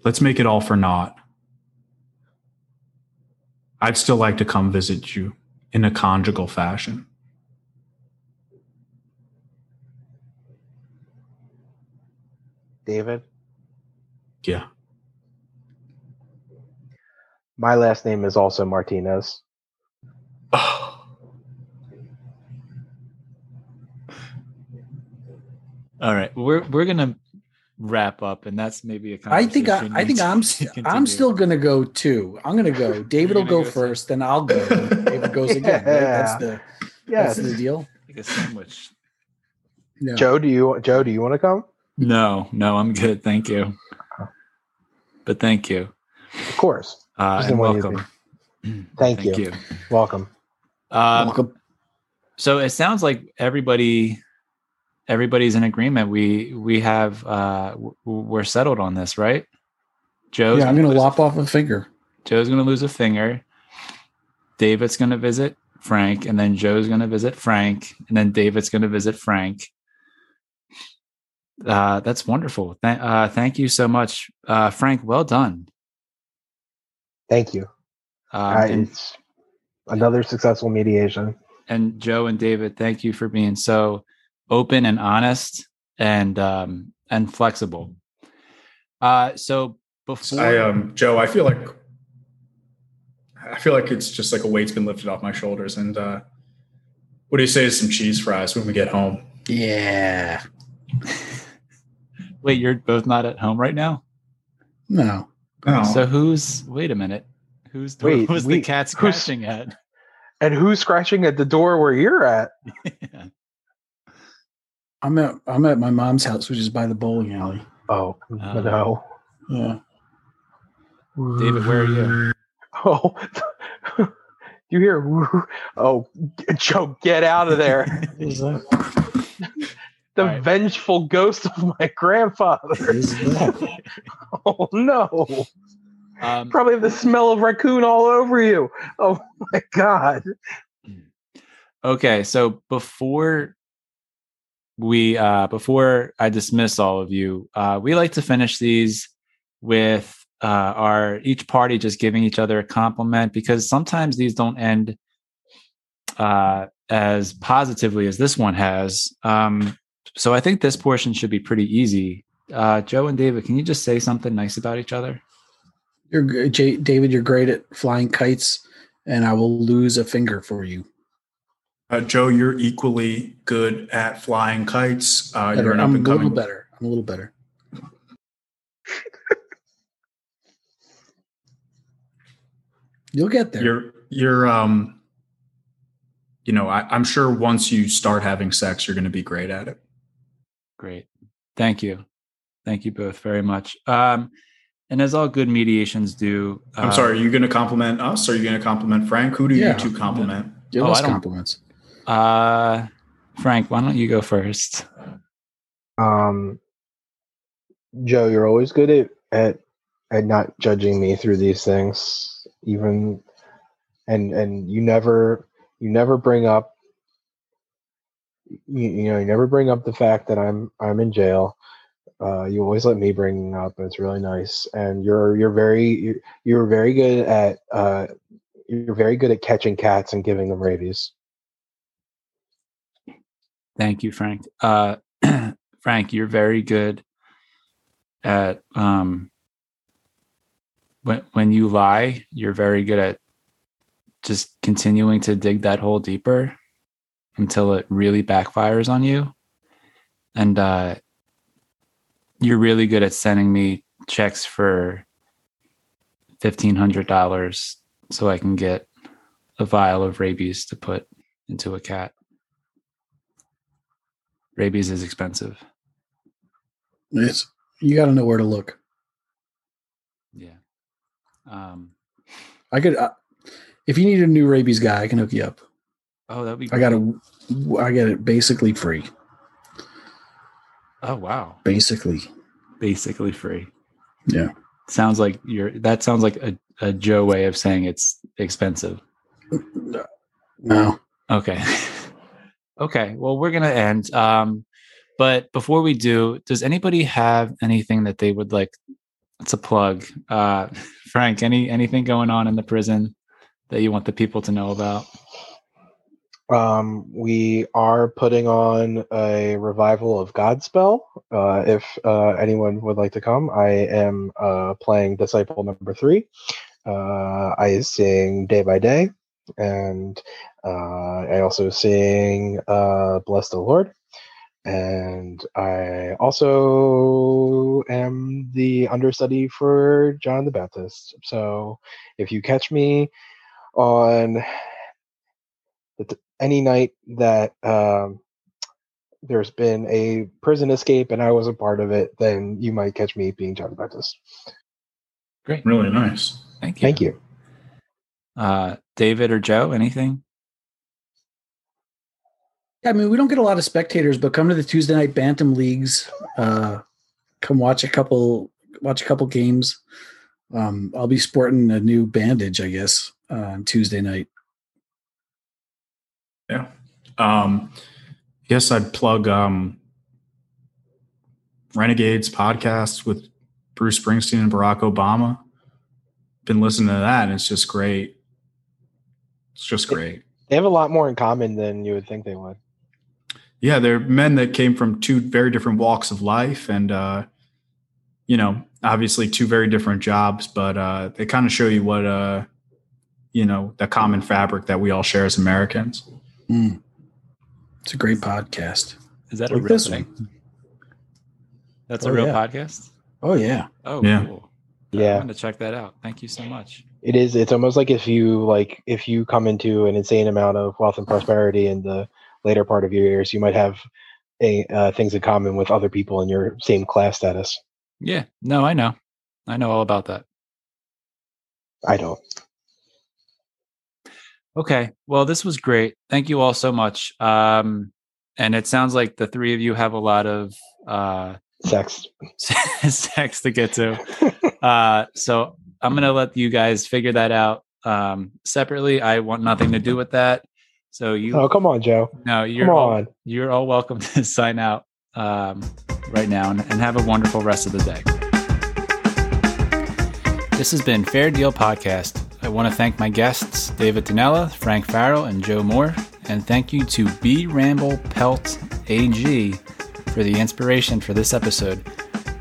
Speaker 4: let's make it all for naught. I'd still like to come visit you in a conjugal fashion.
Speaker 2: David,
Speaker 4: Yeah.
Speaker 2: my last name is also Martinez.
Speaker 1: All right, we're we're gonna wrap up, and that's maybe a
Speaker 3: I think I,
Speaker 1: conversation
Speaker 3: I
Speaker 1: we
Speaker 3: think
Speaker 1: need
Speaker 3: I'm
Speaker 1: to
Speaker 3: st- I'm
Speaker 1: continue.
Speaker 3: still gonna go too. I'm gonna go. David will
Speaker 1: gonna
Speaker 3: go,
Speaker 1: go
Speaker 3: first, then I'll go. and David goes again. right? That's
Speaker 2: Yeah.
Speaker 3: the
Speaker 2: Yes.
Speaker 3: that's the deal.
Speaker 1: like a sandwich.
Speaker 3: No.
Speaker 2: Joe, do you Joe, do you want to come?
Speaker 1: No, no, I'm good. Thank you. But thank you.
Speaker 2: Of course.
Speaker 1: Uh, and
Speaker 2: Just didn't want you to
Speaker 1: welcome.
Speaker 2: Thank you. Welcome.
Speaker 1: Um,
Speaker 3: Welcome.
Speaker 1: so it sounds like everybody, everybody's in agreement. We we have uh, w- we're settled on this, right? Joe's
Speaker 3: Yeah, I'm gonna
Speaker 1: lose-
Speaker 3: lop off a finger.
Speaker 1: Joe's gonna lose a finger. David's gonna visit Frank, and then Joe's gonna visit Frank, and then David's gonna visit Frank. Uh, that's wonderful. Th- uh, thank you so much, uh, Frank. Well done.
Speaker 2: Thank you.
Speaker 1: Uh,
Speaker 2: I-
Speaker 1: and-
Speaker 2: it's another successful mediation.
Speaker 1: and Joe and David, thank you for being so open and honest and um, and flexible. Uh, so before
Speaker 4: I um Joe, I feel like I feel like it's just like a weight's been lifted off my shoulders and uh What do you say to some cheese fries when we get home?
Speaker 3: Yeah.
Speaker 1: Wait, you're both not at home right now.
Speaker 3: No.
Speaker 7: No.
Speaker 1: So who's? Wait a minute. Whose door
Speaker 2: Wait,
Speaker 1: was the
Speaker 2: we-
Speaker 1: cat
Speaker 2: who's-
Speaker 1: scratching at? <laughs>
Speaker 2: And who's scratching at the door where you're at?
Speaker 3: I'm at I'm at my mom's house, which is by the bowling alley.
Speaker 2: Oh
Speaker 1: Uh,
Speaker 2: no,
Speaker 3: Yeah.
Speaker 1: David, where are you?
Speaker 2: <laughs> Oh, you hear? "Woo." Oh, <laughs> g- Joe, get out of
Speaker 3: <laughs>
Speaker 2: there!
Speaker 3: Is that?
Speaker 2: The
Speaker 1: All right.
Speaker 2: vengeful ghost of my grandfather.
Speaker 3: Is that?
Speaker 2: <laughs> Oh no!
Speaker 1: Um,
Speaker 2: Probably have the smell of raccoon all over you. Oh my god!
Speaker 1: okay so before we uh before i dismiss all of you uh we like to finish these with uh our each party just giving each other a compliment because sometimes these don't end uh as positively as this one has um so i think this portion should be pretty easy uh joe and david can you just say something nice about each other
Speaker 3: You're gr- J- David. You're great at flying kites, and I will lose a finger for you.
Speaker 4: Uh, Joe, you're equally good at flying kites. Uh,
Speaker 3: Better.
Speaker 4: you're an up
Speaker 3: I'm a
Speaker 4: and
Speaker 3: little
Speaker 4: coming.
Speaker 3: better. I'm a
Speaker 1: <laughs>
Speaker 3: little better. You'll get there.
Speaker 4: You're you're um. You know, I, I'm sure once you start having sex, you're going to be great at it.
Speaker 1: Great. Thank you. Thank you both very much. Um, and as all good mediations do,
Speaker 4: I'm
Speaker 1: uh,
Speaker 4: sorry. Are you going to compliment us? Or are you going to compliment Frank? Who do
Speaker 3: Yeah.
Speaker 4: you two compliment?
Speaker 3: Give
Speaker 1: Oh,
Speaker 3: us
Speaker 1: I don't-
Speaker 3: compliments.
Speaker 1: Uh, Frank, why don't you go first?
Speaker 2: Um, Joe, you're always good at at at not judging me through these things, even and and you never you never bring up you, you know you never bring up the fact that I'm I'm in jail. Uh, you always let me bring it up, and it's really nice. And you're you're very you're, you're very good at uh, you're very good at catching cats and giving them rabies.
Speaker 1: Thank you, Frank. Uh, <clears throat> Frank, you're very good at um, when when you lie, you're very good at just continuing to dig that hole deeper until it really backfires on you. And uh, you're really good at sending me checks for fifteen hundred dollars so I can get a vial of rabies to put into a cat rabies is expensive.
Speaker 3: It's, you got to know where to look.
Speaker 1: Yeah. Um,
Speaker 3: I could, uh, if you need a new rabies guy, I can hook you up.
Speaker 1: oh, that'd be.
Speaker 3: I got a, I get it basically free.
Speaker 1: Oh wow!
Speaker 3: Basically,
Speaker 1: Basically free.
Speaker 3: yeah.
Speaker 1: Sounds like you're. That sounds like a, a Joe way of saying it's expensive.
Speaker 3: No,
Speaker 1: Okay. <laughs> okay. Well, we're gonna end. Um, but before we do, does anybody have anything that they would like to plug? Uh, <laughs> Frank, any anything going on in the prison that you want the people to know about?
Speaker 2: Um, we are putting on a revival of Godspell. Uh, if uh, anyone would like to come, I am uh, playing Disciple number three. Uh, I sing day by day, and uh, I also sing uh, Bless the Lord. And I also am the understudy for John the Baptist. So if you catch me on any night that um, there's been a prison escape and I was a part of it, then you might catch me being John the Baptist.
Speaker 1: Great.
Speaker 4: Really nice.
Speaker 1: Thank you.
Speaker 2: Thank you.
Speaker 1: Uh, David or Joe, anything?
Speaker 3: I mean we don't get a lot of spectators, but come to the Tuesday night bantam leagues. Uh, come watch a couple, watch a couple games. Um, I'll be sporting a new bandage, I guess, uh, on Tuesday night.
Speaker 4: Yeah. Um, yes, I'd plug um, Renegades podcast with Bruce Springsteen and Barack Obama. Been listening to that, and it's just great. It's just great.
Speaker 2: They have a lot more in common than you would think they would.
Speaker 4: Yeah, they're men that came from two very different walks of life, and uh, you know, obviously two very different jobs, but uh, they kind of show you what uh, you know the common fabric that we all share as Americans.
Speaker 3: Mm. It's a great podcast.
Speaker 1: Is that
Speaker 3: Like
Speaker 1: a real
Speaker 3: this
Speaker 1: thing? That's
Speaker 3: Oh,
Speaker 1: a real
Speaker 3: yeah.
Speaker 1: podcast.
Speaker 3: Oh yeah.
Speaker 1: Oh,
Speaker 5: Yeah.
Speaker 1: cool.
Speaker 2: Yeah.
Speaker 1: I'm gonna check that out. Thank you so much.
Speaker 2: It is. It's almost like if you like if you come into an insane amount of wealth and prosperity in the later part of your years, you might have a, uh, things in common with other people in your same class status.
Speaker 1: Yeah. No, I know. I know all about that.
Speaker 2: I don't.
Speaker 1: Okay. Well, this was great. Thank you all so much. Um, and it sounds like the three of you have a lot of uh, <laughs>
Speaker 2: Sex.
Speaker 1: sex to get
Speaker 2: <laughs>
Speaker 1: to. Uh, so I'm gonna let you guys figure that out um, separately. I want nothing to do with that. So you
Speaker 2: oh, come on, Joe.
Speaker 1: no,
Speaker 2: Come
Speaker 1: you're all,
Speaker 2: on.
Speaker 1: you're all welcome <laughs> to sign out um, right now and, and have a wonderful rest of the day. This has been Fair Deal Podcast. I want to thank my guests, David Danella, Frank Farrell, and Joe Moore. And thank you to B. Ramble Pelt AG for the inspiration for this episode.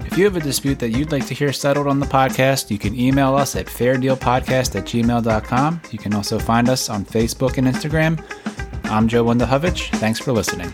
Speaker 1: If you have a dispute that you'd like to hear settled on the podcast, you can email us at fairdealpodcast at gmail.com. You can also find us on Facebook and Instagram. I'm Joe Wundahovich. Thanks for listening.